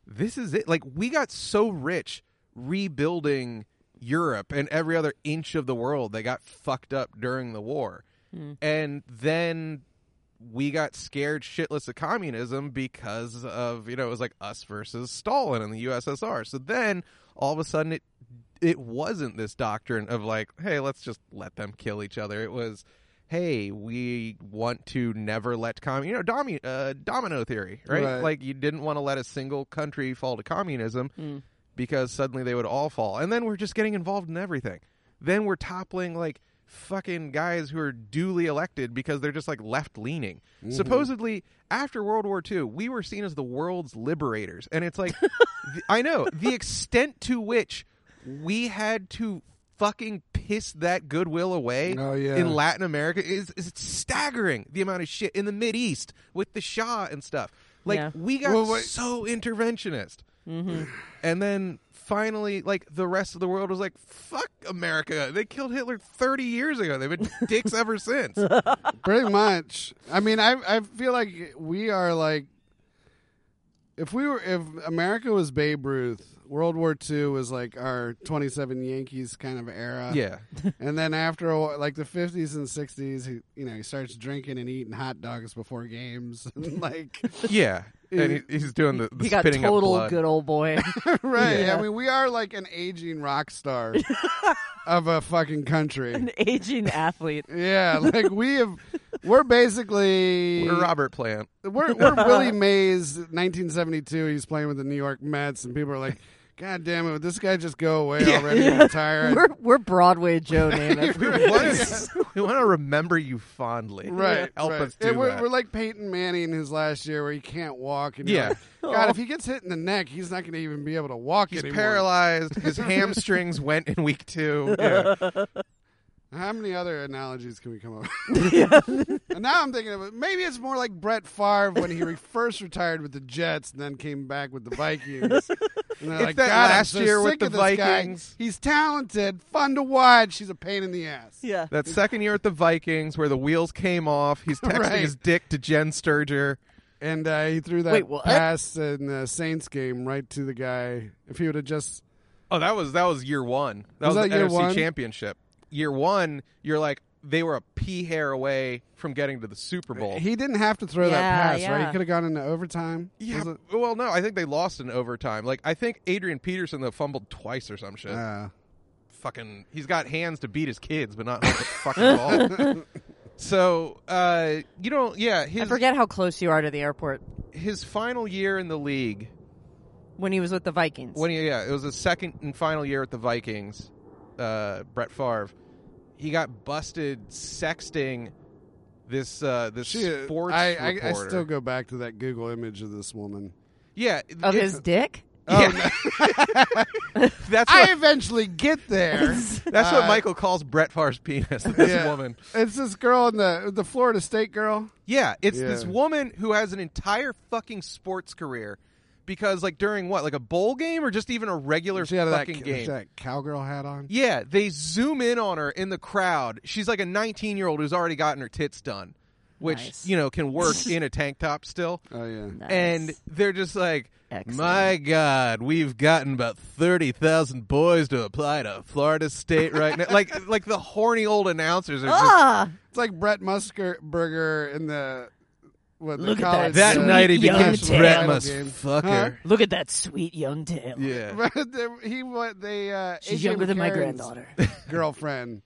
Speaker 1: this is it. Like, we got so rich rebuilding Europe and every other inch of the world that got fucked up during the war. And then we got scared shitless of communism because of you know it was like us versus Stalin and the USSR. So then all of a sudden it it wasn't this doctrine of like hey let's just let them kill each other. It was hey we want to never let com you know domi- uh, domino theory right?
Speaker 2: Right.
Speaker 1: like you didn't want to let a single country fall to communism
Speaker 4: Mm.
Speaker 1: because suddenly they would all fall and then we're just getting involved in everything then we're toppling like fucking guys who are duly elected because they're just like left leaning.
Speaker 2: Mm-hmm.
Speaker 1: Supposedly, after World War II, we were seen as the world's liberators. And it's like, th- I know the extent to which we had to fucking piss that goodwill away
Speaker 2: Oh, yeah.
Speaker 1: in Latin America is, is staggering the amount of shit in the Mid East with the Shah and stuff. Like,
Speaker 4: Yeah.
Speaker 1: we got
Speaker 2: Well, wait.
Speaker 1: so interventionist.
Speaker 2: Mm-hmm.
Speaker 4: hmm
Speaker 1: And then finally, like the rest of the world was like, "Fuck America! They killed Hitler thirty years ago. They've been dicks ever since."
Speaker 2: Pretty much. I mean, I I feel like we are like if we were if America was Babe Ruth, World War II was like our 27 Yankees kind of era.
Speaker 1: yeah,
Speaker 2: And then after a wh- like the 50s and 60s, he you know, he starts drinking and eating hot dogs before games and like
Speaker 1: yeah. And he, he's doing the, the
Speaker 4: He got
Speaker 1: spitting up
Speaker 4: total
Speaker 1: blood.
Speaker 4: good old boy.
Speaker 2: right.
Speaker 4: Yeah.
Speaker 2: I mean, we are like an aging rock star of a fucking country.
Speaker 4: An aging athlete.
Speaker 2: Yeah, like we have we're basically
Speaker 1: We're Robert Plant.
Speaker 2: We're, we're Willie Mays, 1972. He's playing with the New York Mets, and people are like, "God damn it! Would this guy just go away already and retire?"
Speaker 4: We're we're Broadway Joe
Speaker 1: We
Speaker 4: Namath.
Speaker 1: want to we want to remember you fondly.
Speaker 2: right,
Speaker 1: Help
Speaker 2: right.
Speaker 1: us do
Speaker 2: And we're,
Speaker 1: that.
Speaker 2: we're like Peyton Manning his last year, where he can't walk. And
Speaker 1: Yeah. Oh.
Speaker 2: yeah, God, if he gets hit in the neck, he's not going to even be able to walk
Speaker 1: He's
Speaker 2: anymore.
Speaker 1: paralyzed. His hamstrings went in week two. Yeah.
Speaker 2: How many other analogies can we come up? with? and now I'm thinking of it. Maybe it's more like Brett Favre when he re- first retired with the Jets and then came back with the Vikings. And they're
Speaker 1: It's
Speaker 2: like,
Speaker 1: that
Speaker 2: "God, I'm
Speaker 1: last
Speaker 2: so
Speaker 1: year with
Speaker 2: sick
Speaker 1: the
Speaker 2: of this guy.
Speaker 1: Vikings."
Speaker 2: He's talented, fun to watch. He's a pain in the ass.
Speaker 4: yeah.
Speaker 1: That second year at the Vikings, where the wheels came off, he's texting
Speaker 2: Right.
Speaker 1: his dick to Jen Sturger.
Speaker 2: And uh, he threw that
Speaker 4: Wait, what?
Speaker 2: pass in the Saints game right to the guy. If he would have just
Speaker 1: Oh, that was that was year one. That was,
Speaker 2: Was that
Speaker 1: the
Speaker 2: year
Speaker 1: NFC
Speaker 2: one?
Speaker 1: Championship. Year one, you're like they were a pea hair away from getting to the Super Bowl.
Speaker 2: Uh, he didn't have to throw that
Speaker 4: Yeah,
Speaker 2: pass, right?
Speaker 4: yeah.
Speaker 2: He could have gone into overtime.
Speaker 1: yeah,
Speaker 2: Was it-
Speaker 1: well, no, I think they lost in overtime. Like I think Adrian Peterson though fumbled twice or some shit.
Speaker 2: Uh,
Speaker 1: fucking, he's got hands to beat his kids, but not hold the fucking ball. So uh, you don't, yeah.
Speaker 4: I
Speaker 1: His
Speaker 4: forget how close you are to the airport
Speaker 1: his final year in the league,
Speaker 4: when he was with the Vikings.
Speaker 1: When he, yeah, it was his second and final year at the Vikings. Uh, Brett Favre, he got busted sexting this uh, this
Speaker 2: shit.
Speaker 1: sports
Speaker 2: I, I, I
Speaker 1: reporter.
Speaker 2: still go back to that Google image of this woman.
Speaker 1: yeah,
Speaker 4: of
Speaker 1: it-
Speaker 4: his dick?
Speaker 2: Uh,
Speaker 1: yeah. that's
Speaker 2: I
Speaker 1: what
Speaker 2: eventually get there.
Speaker 1: that's what
Speaker 2: uh,
Speaker 1: Michael calls Brett Favre's penis. This
Speaker 2: Yeah.
Speaker 1: woman,
Speaker 2: It's this girl in the the Florida State girl.
Speaker 1: yeah, it's
Speaker 2: Yeah.
Speaker 1: this woman who has an entire fucking sports career because like during what like a bowl game or just even a regular
Speaker 2: She had that,
Speaker 1: fucking
Speaker 2: ca-
Speaker 1: game.
Speaker 2: that cowgirl hat on.
Speaker 1: Yeah, they zoom in on her in the crowd. She's like a 19 year old who's already gotten her tits done, which,
Speaker 4: Nice.
Speaker 1: you know, can work in a tank top still.
Speaker 2: Oh yeah.
Speaker 4: Nice.
Speaker 1: And they're just like,
Speaker 4: Excellent.
Speaker 1: my God, we've gotten about 30,000 boys to apply to Florida State right now. like, like the horny old announcers are just.
Speaker 4: ah,
Speaker 2: It's like Brett Musburger in the what the
Speaker 4: Look at that
Speaker 2: college
Speaker 1: That
Speaker 4: Sweet
Speaker 2: uh,
Speaker 1: night he
Speaker 4: young
Speaker 1: became
Speaker 2: national
Speaker 1: Brett
Speaker 2: title
Speaker 1: Must
Speaker 2: game.
Speaker 1: Fucker.
Speaker 4: look at that sweet young tail.
Speaker 1: Yeah.
Speaker 2: But there- he what they uh,
Speaker 4: She's
Speaker 2: A.J.
Speaker 4: younger than my
Speaker 2: McCarron's
Speaker 4: granddaughter.
Speaker 2: girlfriend.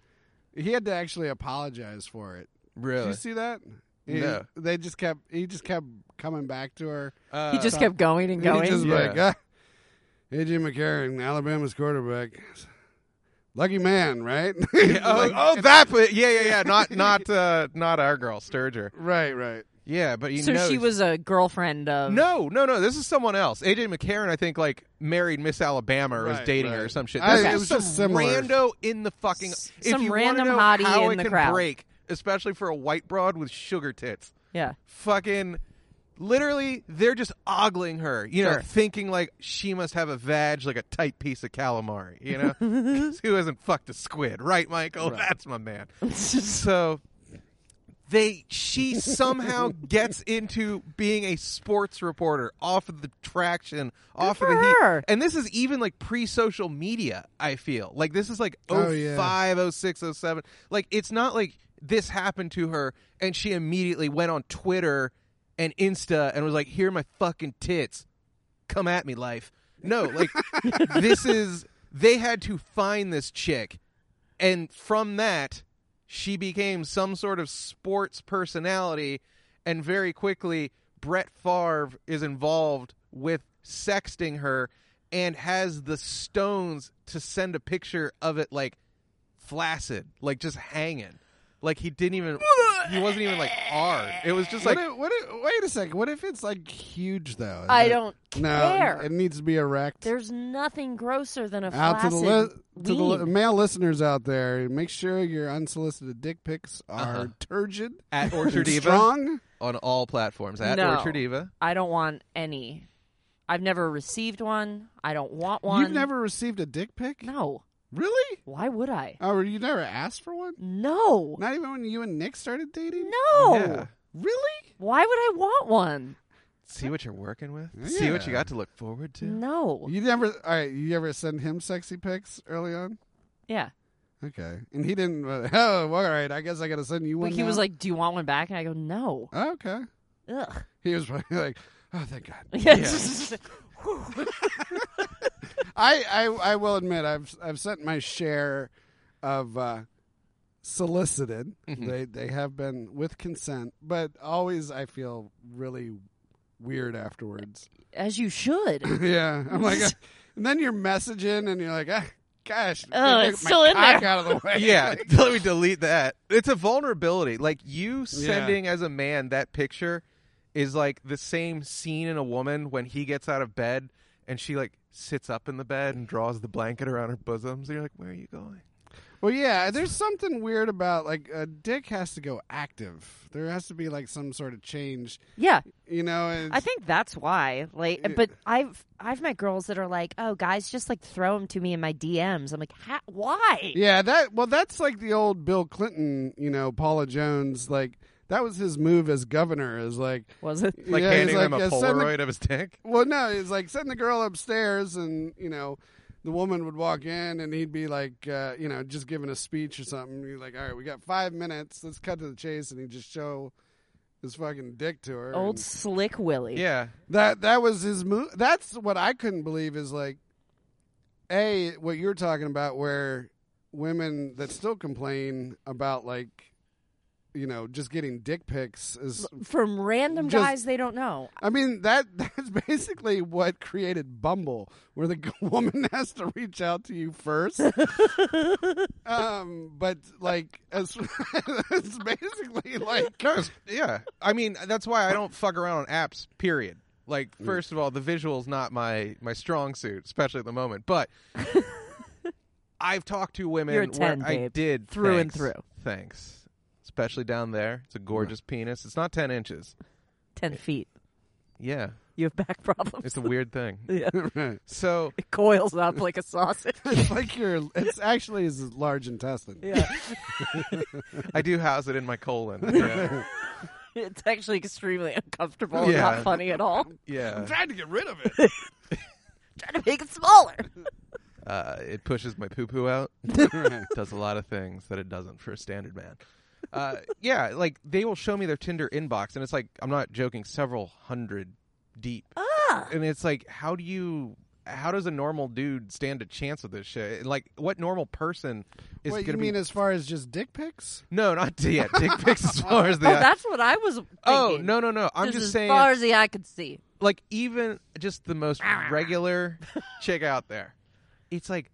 Speaker 2: He had to actually apologize for it. Did
Speaker 1: Really?
Speaker 2: you see that? He-
Speaker 1: No.
Speaker 2: They just kept. He just kept coming back to her.
Speaker 1: Uh,
Speaker 4: he just kept going and going.
Speaker 2: He just
Speaker 1: Yeah.
Speaker 2: like, ah, AJ McCarron, Alabama's quarterback. Lucky man, right?
Speaker 1: Yeah, oh,
Speaker 2: Like,
Speaker 1: oh, that. But yeah, yeah, yeah. Not, not, uh, not our girl Sturger.
Speaker 2: right, right.
Speaker 1: Yeah, but you
Speaker 4: so
Speaker 1: know
Speaker 4: she was a girlfriend of.
Speaker 1: No, no, no. This is someone else. AJ McCarron, I think, like married Miss Alabama or was
Speaker 2: Right,
Speaker 1: dating
Speaker 2: right.
Speaker 1: her or some shit.
Speaker 2: I-
Speaker 1: This
Speaker 4: it
Speaker 1: is
Speaker 2: was
Speaker 1: some
Speaker 2: just similar.
Speaker 1: rando in the fucking.
Speaker 4: S-
Speaker 1: if
Speaker 4: some
Speaker 1: you wanna
Speaker 4: random
Speaker 1: know
Speaker 4: hottie
Speaker 1: how
Speaker 4: in
Speaker 1: it
Speaker 4: the
Speaker 1: can
Speaker 4: crowd.
Speaker 1: break, especially for a white broad with sugar tits.
Speaker 4: Yeah.
Speaker 1: Fucking, literally, they're just ogling her. You know,
Speaker 4: Sure.
Speaker 1: thinking like she must have a vag like a tight piece of calamari. You know, 'Cause who hasn't fucked a squid, right, Michael? That's my man so they she somehow gets into being a sports reporter off of the traction off
Speaker 4: for
Speaker 1: of the heat
Speaker 4: her.
Speaker 1: and this is even like pre-social media i feel like this is like
Speaker 2: Oh,
Speaker 1: oh
Speaker 2: yeah.
Speaker 1: five, oh six, oh seven. like it's not like this happened to her and she immediately went on twitter and insta and was like here are my fucking tits come at me life no like this is they had to find this chick and from that she became some sort of sports personality and very quickly Brett Favre is involved with sexting her and has the stones to send a picture of it like flaccid like just hanging like he didn't even he wasn't even like hard it was just like
Speaker 2: what if, what if, wait a second. What if it's like huge though? Is
Speaker 4: I
Speaker 2: it-
Speaker 4: don't
Speaker 2: No,
Speaker 4: care.
Speaker 2: it needs to be erect.
Speaker 4: There's nothing grosser than a
Speaker 2: out to
Speaker 4: flaccid
Speaker 2: the li- to the li-
Speaker 4: ween.
Speaker 2: male listeners out there, make sure your unsolicited dick pics are turgid,
Speaker 1: at
Speaker 2: and
Speaker 1: Orchard Diva
Speaker 2: strong.
Speaker 1: on all platforms at
Speaker 4: No.
Speaker 1: Orchard Diva
Speaker 4: I don't want any. I've never received one. I don't want one.
Speaker 2: You've never received a dick pic,
Speaker 4: No.
Speaker 2: really?
Speaker 4: Why would I?
Speaker 2: Oh, you never asked for one?
Speaker 4: No.
Speaker 2: Not even when you and Nick started dating?
Speaker 4: No.
Speaker 1: Yeah.
Speaker 2: Really?
Speaker 4: Why would I want one?
Speaker 1: see what you're working with see what you
Speaker 2: Yeah.
Speaker 1: got to look forward to
Speaker 4: No.
Speaker 2: You never? All right. You ever send him sexy pics early on?
Speaker 4: Yeah.
Speaker 2: Okay. And he didn't. uh, oh, well, all right. I guess I got to send you one.
Speaker 4: Like he was
Speaker 2: now.
Speaker 4: like, "Do you want one back?" And I go, "No."
Speaker 2: Oh, okay.
Speaker 4: Ugh.
Speaker 2: He was probably like, oh, thank God.
Speaker 4: Yeah.
Speaker 2: I, I, I will admit, I've I've sent my share of uh, solicited.
Speaker 4: Mm-hmm.
Speaker 2: They they have been with consent, but always I feel really weird afterwards.
Speaker 4: As you should.
Speaker 2: yeah, I'm like, uh, and then you're messaging, and you're like, ah, gosh,
Speaker 4: Oh,
Speaker 2: get
Speaker 4: it's
Speaker 2: my
Speaker 4: still in
Speaker 2: cock
Speaker 4: there.
Speaker 2: out of the way.
Speaker 1: yeah, let me delete that. It's a vulnerability. Like you sending as a man that picture is like the same scene in a woman when he gets out of bed and she like sits up in the bed and draws the blanket around her bosoms. And you're like, where are you going?
Speaker 2: Well, yeah, there's something weird about like a dick has to go active. There has to be like some sort of change,
Speaker 4: yeah.
Speaker 2: you know. and-
Speaker 4: I think that's why. Like, but I've I've met girls that are like, "Oh, guys, just like throw them to me in my DMs." I'm like, ha- "Why?"
Speaker 2: Yeah, that well, that's like the old Bill Clinton, you know, Paula Jones. Like that was his move as governor. Is like,
Speaker 4: Was it?
Speaker 1: Like
Speaker 2: yeah, he's
Speaker 1: handing him
Speaker 2: like,
Speaker 1: a
Speaker 2: "Yeah, send the-
Speaker 1: Polaroid of his dick.
Speaker 2: well, no, it's like send the girl upstairs, and you know, the woman would walk in, and he'd be like, uh, you know, just giving a speech or something. He'd be like, all right, we got five minutes. Let's cut to the chase, and he'd just show his fucking dick to her.
Speaker 4: Old
Speaker 2: and-
Speaker 4: slick Willie.
Speaker 1: Yeah,
Speaker 2: That that was his move. That's what I couldn't believe is like, a what you're talking about, where women that still complain about like, you know, just getting dick pics is.
Speaker 4: From random
Speaker 2: Just-
Speaker 4: guys they don't know.
Speaker 2: I mean that that's basically what created Bumble, where the g- woman has to reach out to you first. um, but like, as, it's basically like
Speaker 1: no, it's- yeah. I mean, that's why I don't fuck around on apps. Period. Like,
Speaker 4: Mm.
Speaker 1: first of all, the visual's not my my strong suit, especially at the moment. But I've talked to women
Speaker 4: You're a
Speaker 1: where
Speaker 4: 10,
Speaker 1: I
Speaker 4: babe.
Speaker 1: did
Speaker 4: Through and
Speaker 1: thanks,
Speaker 4: through. Mm.
Speaker 1: Thanks, especially down there. It's a gorgeous penis. It's not ten inches.
Speaker 4: Ten feet.
Speaker 1: Yeah,
Speaker 4: You have back problems.
Speaker 1: it's a weird thing.
Speaker 4: yeah.
Speaker 2: right.
Speaker 1: So
Speaker 4: It coils up like a sausage.
Speaker 2: It's like your. It's actually his large intestine.
Speaker 4: yeah.
Speaker 1: I do house it in my colon. Yeah,
Speaker 4: It's actually extremely uncomfortable and
Speaker 1: Yeah.
Speaker 4: not funny at all.
Speaker 1: yeah.
Speaker 2: trying to get rid of it.
Speaker 4: Trying to make it smaller.
Speaker 1: Uh, it pushes my poo poo out.
Speaker 2: Right.
Speaker 1: does a lot of things that it doesn't for a standard man. Uh, yeah, like they will show me their Tinder inbox, and it's like I'm not joking, several hundred deep,
Speaker 4: Ah.
Speaker 1: and it's like, how do you how does a normal dude stand a chance with this shit? Like, what normal person is
Speaker 2: what
Speaker 1: going
Speaker 2: you
Speaker 1: to be?
Speaker 2: mean as far as just dick pics?
Speaker 1: no, not yet. Dick pics as far as the.
Speaker 4: Oh, that's what I was. Thinking.
Speaker 1: Oh, no, no, no! I'm
Speaker 4: This
Speaker 1: just
Speaker 4: is
Speaker 1: saying,
Speaker 4: as far as the eye could see.
Speaker 1: like even just the most regular chick out there, it's like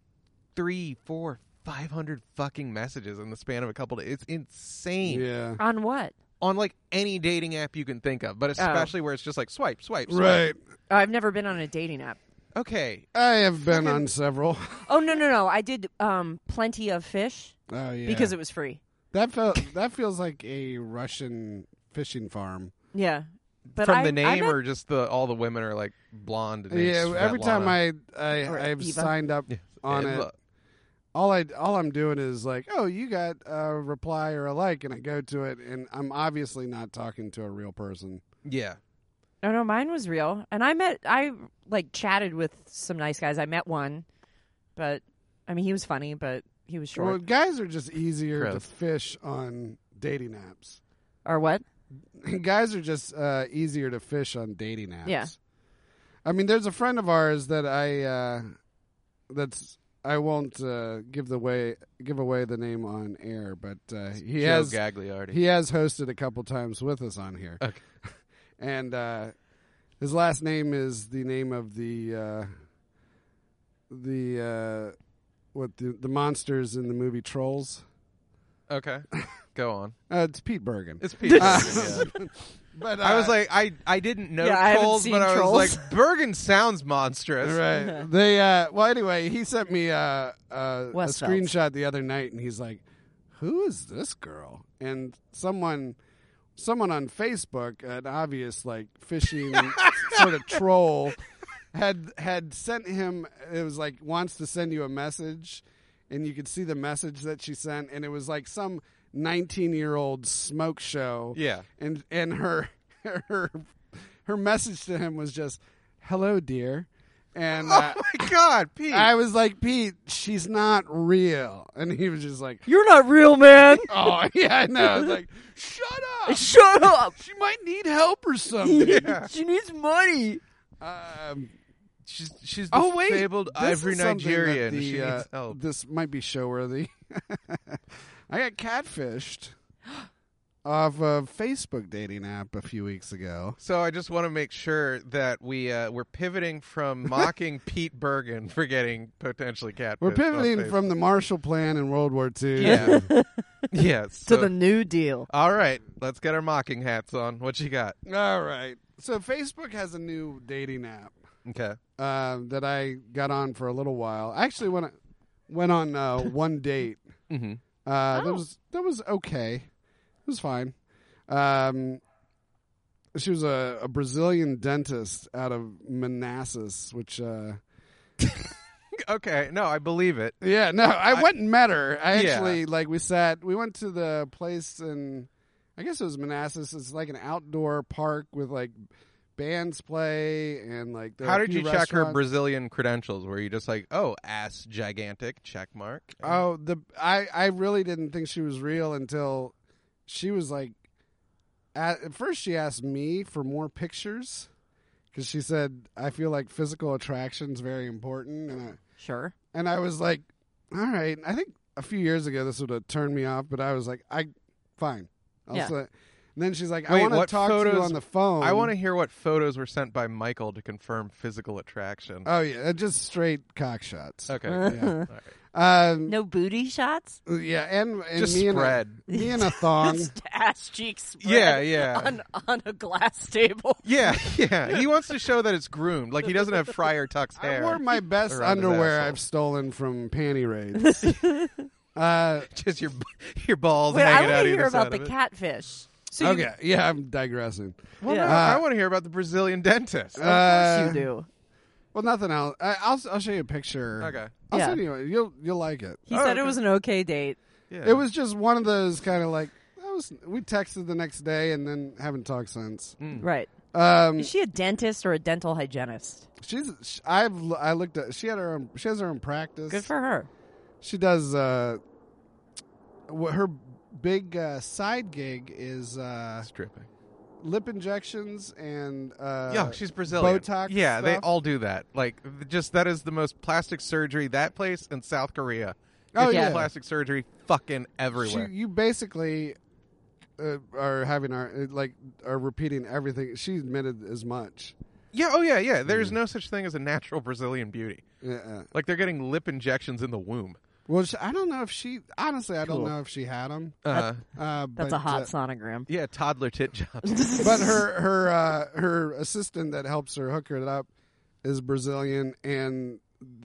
Speaker 1: three, four, five hundred fucking messages in the span of a couple days. It's insane.
Speaker 2: Yeah.
Speaker 4: On what?
Speaker 1: on like any dating app you can think of, but
Speaker 4: Oh.
Speaker 1: especially where it's just like swipe, swipe, swipe.
Speaker 2: Right.
Speaker 4: I've never been on a dating app.
Speaker 1: Okay.
Speaker 2: I have been on several.
Speaker 4: Oh no, no, no! I did um plenty of fish
Speaker 2: Oh yeah.
Speaker 4: because it was free.
Speaker 2: that felt that feels like a Russian fishing farm.
Speaker 4: Yeah, but
Speaker 1: From
Speaker 4: I,
Speaker 1: the
Speaker 4: I
Speaker 1: name
Speaker 4: met-
Speaker 1: or just the all the women are like blonde. And named
Speaker 2: yeah. Every
Speaker 1: Svetlana.
Speaker 2: time I I
Speaker 4: Or
Speaker 2: I've
Speaker 4: Eva.
Speaker 2: signed up
Speaker 1: Yes.
Speaker 2: on
Speaker 1: And
Speaker 2: it,
Speaker 1: look,
Speaker 2: all I all I'm doing is like, oh, you got a reply or a like, and I go to it, and I'm obviously not talking to a real person.
Speaker 1: yeah.
Speaker 4: No, no, mine was real, and I met I like chatted with some nice guys. I met one, but I mean he was funny, but he was short
Speaker 2: Well, guys are just easier to
Speaker 1: Gross.
Speaker 2: fish on dating apps.
Speaker 4: or what?
Speaker 2: guys are just uh, easier to fish on dating apps.
Speaker 4: Yeah.
Speaker 2: I mean, there's a friend of ours that I uh, that's I won't uh, give the way give away the name on air, but uh, he
Speaker 1: Joe
Speaker 2: has
Speaker 1: Gagliardi.
Speaker 2: he has hosted a couple times with us on here,
Speaker 1: Okay.
Speaker 2: and uh, his last name is the name of the uh, the uh, what the the monsters in the movie Trolls.
Speaker 1: okay. Go on.
Speaker 2: Uh, it's Pete Bergen.
Speaker 1: It's Peter.
Speaker 2: Uh,
Speaker 1: yeah.
Speaker 2: but
Speaker 1: I was
Speaker 2: uh,
Speaker 1: like, I I didn't know
Speaker 4: Yeah, I haven't
Speaker 1: trolls,
Speaker 4: seen
Speaker 1: but I was
Speaker 4: Trolls.
Speaker 1: like, Bergen sounds monstrous.
Speaker 2: Right. they uh well anyway, he sent me uh, uh, a
Speaker 4: Westfeldt.
Speaker 2: screenshot the other night and he's like, "Who is this girl?" And someone someone on Facebook, an obvious like fishing sort of troll had had sent him it was like wants to send you a message and you could see the message that she sent and it was like some 19-year-old smoke show
Speaker 1: Yeah.
Speaker 2: and and her her her message to him was just hello dear and uh,
Speaker 1: Oh my God, Pete.
Speaker 2: i was like pete she's not real and he was just like
Speaker 4: You're not real, man.
Speaker 2: oh yeah i know I was like shut up
Speaker 4: Shut up.
Speaker 2: she might need help or something
Speaker 4: She needs money.
Speaker 2: um,
Speaker 1: she's she's the
Speaker 2: oh wait
Speaker 1: fabled
Speaker 2: this
Speaker 1: ivory
Speaker 2: is something
Speaker 1: Nigerian.
Speaker 2: that the,
Speaker 1: she
Speaker 2: uh,
Speaker 1: needs help.
Speaker 2: this might be show worthy i got catfished off a facebook dating app a few weeks ago
Speaker 1: So I just want to make sure that we uh, we're pivoting from mocking Pete Bergen for getting potentially catfished.
Speaker 2: We're
Speaker 1: on
Speaker 2: pivoting
Speaker 1: Facebook.
Speaker 2: from the Marshall Plan in World War II.
Speaker 1: yeah, yeah. So,
Speaker 4: to the New Deal.
Speaker 1: all right, let's get our mocking hats on. What you got?
Speaker 2: All right. So Facebook has a new dating app
Speaker 1: Okay.
Speaker 2: uh, that I got on for a little while. I actually went went on uh, one date.
Speaker 1: Mm-hmm.
Speaker 2: Uh, That
Speaker 4: Oh.
Speaker 2: was that was okay. It was fine. Um, she was a, a Brazilian dentist out of Manassas, which uh,
Speaker 1: Okay. No, I believe it.
Speaker 2: Yeah, no, I,
Speaker 1: I-
Speaker 2: went and met her. I
Speaker 1: Yeah.
Speaker 2: actually like we sat. We went to the place in, I guess it was Manassas. It's like an outdoor park with like bands play and like. there are
Speaker 1: How
Speaker 2: a
Speaker 1: did
Speaker 2: few
Speaker 1: you check her
Speaker 2: restaurants.
Speaker 1: Brazilian credentials? Were you just like, oh, ass gigantic check mark?
Speaker 2: oh, the I I really didn't think she was real until she was like. At, at first, she asked me for more pictures because she said I feel like physical attraction's very important, and I,
Speaker 4: Sure.
Speaker 2: and I was like, all right. I think a few years ago this would have turned me off, but I was like, I fine. I'll
Speaker 4: Yeah.
Speaker 2: sl- and then she's like, I
Speaker 1: Wait,
Speaker 2: want to
Speaker 1: what
Speaker 2: talk to you
Speaker 1: photos-
Speaker 2: on the phone.
Speaker 1: I want to hear what photos were sent by Michael to confirm physical attraction.
Speaker 2: Oh yeah, uh, just straight cock shots.
Speaker 1: okay.
Speaker 2: yeah.
Speaker 1: All right.
Speaker 2: Um,
Speaker 4: No booty shots.
Speaker 2: Yeah, and, and
Speaker 1: Just
Speaker 2: me and a,
Speaker 1: spread.
Speaker 2: me and a thong.
Speaker 4: Just ass cheeks. spread
Speaker 1: Yeah, yeah.
Speaker 4: On on a glass table.
Speaker 1: Yeah, yeah. He wants to show that it's groomed. Like he doesn't have Friar Tuck's
Speaker 2: I
Speaker 1: hair.
Speaker 2: wore my best
Speaker 1: around his
Speaker 2: underwear
Speaker 1: asshole.
Speaker 2: I've stolen from panty raids. uh,
Speaker 1: just your your balls
Speaker 4: Wait, I
Speaker 1: hanging
Speaker 4: want
Speaker 1: out
Speaker 4: to
Speaker 1: either
Speaker 4: hear
Speaker 1: side
Speaker 4: about the
Speaker 1: of it.
Speaker 4: catfish. So you,
Speaker 2: okay, yeah, I'm digressing.
Speaker 1: Well,
Speaker 4: Yeah.
Speaker 1: no,
Speaker 2: Uh,
Speaker 1: I want to hear about the Brazilian dentist.
Speaker 4: of course
Speaker 2: Uh,
Speaker 4: you do.
Speaker 2: Well, nothing else. I, I'll I'll show you a picture.
Speaker 1: Okay.
Speaker 2: I'll
Speaker 4: Yeah.
Speaker 2: send you. a- You'll you'll like it.
Speaker 4: He
Speaker 1: oh,
Speaker 4: said
Speaker 1: okay.
Speaker 4: it was an okay date.
Speaker 1: yeah.
Speaker 2: It was just one of those kind of like that was. We texted the next day and then haven't talked since.
Speaker 1: Mm. Hmm.
Speaker 4: Right.
Speaker 2: Um,
Speaker 4: Is she a dentist or a dental hygienist?
Speaker 2: she's sh- I've l- I looked at she had her own she has her own practice.
Speaker 4: Good for her.
Speaker 2: she does. Uh, wh- her big uh, side gig is uh,
Speaker 1: stripping.
Speaker 2: lip injections and uh,
Speaker 1: yeah, she's Brazilian.
Speaker 2: Botox
Speaker 1: Yeah, they
Speaker 2: stuff?
Speaker 1: all do that. Like, th- just that is the most plastic surgery. That place in South Korea.
Speaker 2: Oh,
Speaker 1: They do
Speaker 2: yeah.
Speaker 1: plastic surgery fucking
Speaker 2: she,
Speaker 1: everywhere.
Speaker 2: you basically uh, are having our uh, like are repeating everything. She admitted as much.
Speaker 1: yeah, oh yeah, yeah. There's no such thing as a natural Brazilian beauty.
Speaker 2: Yeah.
Speaker 1: Like they're getting lip injections in the womb.
Speaker 2: Well, she, I don't know if she honestly. I don't
Speaker 4: Cool.
Speaker 2: know if she had them.
Speaker 1: Uh,
Speaker 2: Uh,
Speaker 4: That's
Speaker 2: but,
Speaker 4: a hot
Speaker 2: uh,
Speaker 4: sonogram.
Speaker 1: yeah, toddler tit jobs.
Speaker 2: but her her uh, her assistant that helps her hook her up is Brazilian, and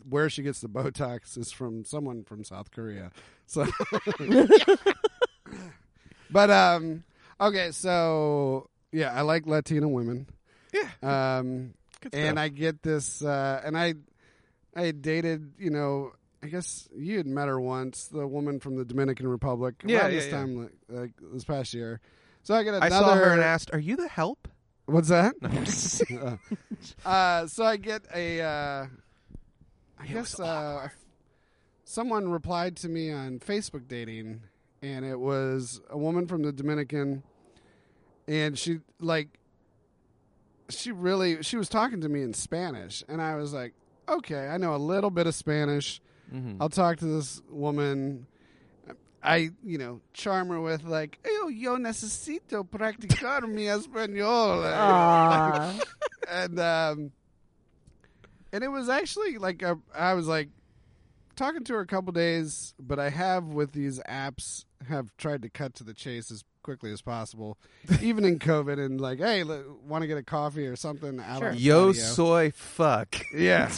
Speaker 2: where she gets the Botox is from someone from South Korea. So, but um, okay, so yeah, I like Latina women.
Speaker 1: Yeah.
Speaker 2: Um,
Speaker 1: Good
Speaker 2: and
Speaker 1: stuff.
Speaker 2: I get this, uh, and I, I had dated, you know, I guess you had met her once, the woman from the Dominican Republic.
Speaker 1: Yeah,
Speaker 2: around
Speaker 1: yeah,
Speaker 2: this
Speaker 1: yeah.
Speaker 2: time, like, like this past year. So I get another.
Speaker 1: I saw her and asked, "Are you the help?"
Speaker 2: What's that? uh, so I get a, uh, I guess uh, someone replied to me on Facebook dating, and it was a woman from the Dominican, and she like, she really she was talking to me in Spanish, and I was like, okay, I know a little bit of Spanish.
Speaker 1: Mhm.
Speaker 2: I'll talk to this woman. I, you know, charm her with like, "Yo, yo necesito practicar mi español."
Speaker 4: Aw.
Speaker 2: and um, and it was actually like a, I was like talking to her a couple days, but I have with these apps have tried to cut to the chase as quickly as possible, even in COVID. And like, hey, want to get a coffee or something? Out
Speaker 4: Sure.
Speaker 2: on the
Speaker 1: Yo
Speaker 2: patio.
Speaker 1: soy fuck.
Speaker 2: yeah,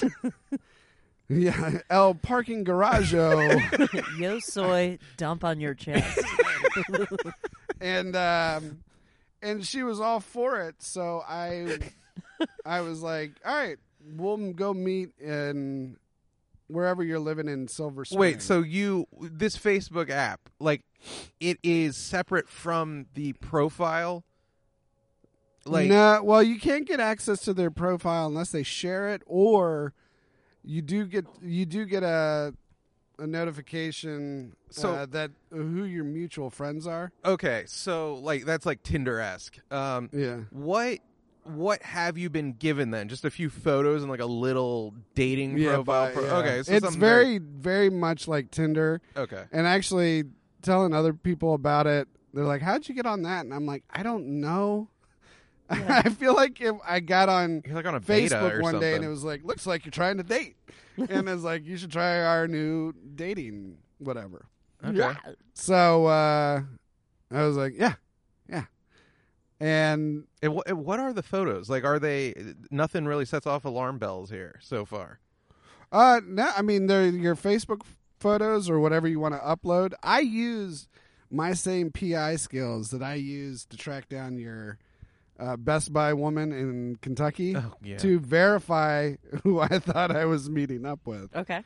Speaker 2: yeah, El Parking Garageo,
Speaker 4: Yo soy dump on your chest.
Speaker 2: and um, and she was all for it. So I, I was like, all right, we'll go meet in wherever you're living in Silver Spring.
Speaker 1: Wait, so you this Facebook app, like it is separate from the profile? Like
Speaker 2: no, well, you can't get access to their profile unless they share it, or you do get you do get a a notification
Speaker 1: So-
Speaker 2: uh, that who your mutual friends are.
Speaker 1: okay, so like that's like Tinder esque. Um
Speaker 2: Yeah.
Speaker 1: what what have you been given then? Just a few photos and like a little dating profile.
Speaker 2: but-
Speaker 1: pro-
Speaker 2: yeah.
Speaker 1: Okay, so
Speaker 2: it's
Speaker 1: something
Speaker 2: very, very much like Tinder.
Speaker 1: okay.
Speaker 2: And actually, telling other people about it, they're like, "How'd you get on that?" And I'm like, "I don't know." I feel like if I got on
Speaker 1: You're like on a beta
Speaker 2: Facebook
Speaker 1: or
Speaker 2: one day and
Speaker 1: something.
Speaker 2: it was like, "Looks like you're trying to date," and it's like, "You should try our new dating whatever."
Speaker 1: okay.
Speaker 2: So uh, I was like, "Yeah, yeah," and
Speaker 1: And wh- and what are the photos? Like are they nothing really sets off alarm bells here so far?
Speaker 2: Uh, no, I mean they're your Facebook photos or whatever you want to upload. I use my same PI skills that I use to track down your uh, Best Buy woman in Kentucky
Speaker 1: Oh, yeah.
Speaker 2: to verify who I thought I was meeting up with,
Speaker 4: Okay.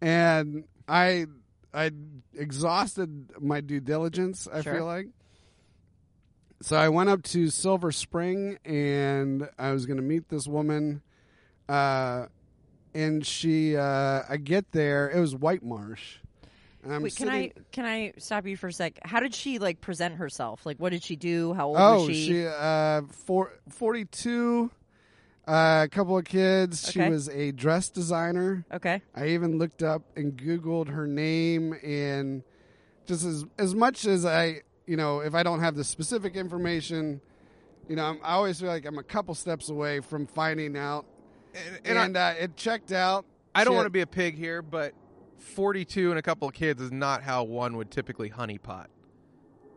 Speaker 2: and I I exhausted my due diligence. I
Speaker 4: Sure.
Speaker 2: feel like. So I went up to Silver Spring and I was going to meet this woman. Uh, and she uh I get there, it was White Marsh. And I'm
Speaker 4: Wait, can I
Speaker 2: sitting-
Speaker 4: can I stop you for a sec? How did she like present herself? Like, what did she do? How old
Speaker 2: Oh,
Speaker 4: was
Speaker 2: she,
Speaker 4: she?
Speaker 2: uh four, 42 uh, a couple of kids. She
Speaker 4: Okay.
Speaker 2: was a dress designer.
Speaker 4: Okay.
Speaker 2: I even looked up and googled her name and just as as much as I, you know, if I don't have the specific information, you know, I'm, I always feel like I'm a couple steps away from finding out.
Speaker 1: And,
Speaker 2: And,
Speaker 1: and I-
Speaker 2: uh, it checked out.
Speaker 1: I don't
Speaker 2: She
Speaker 1: want
Speaker 2: had-
Speaker 1: to be a pig here, but 42 and a couple of kids is not how one would typically honeypot.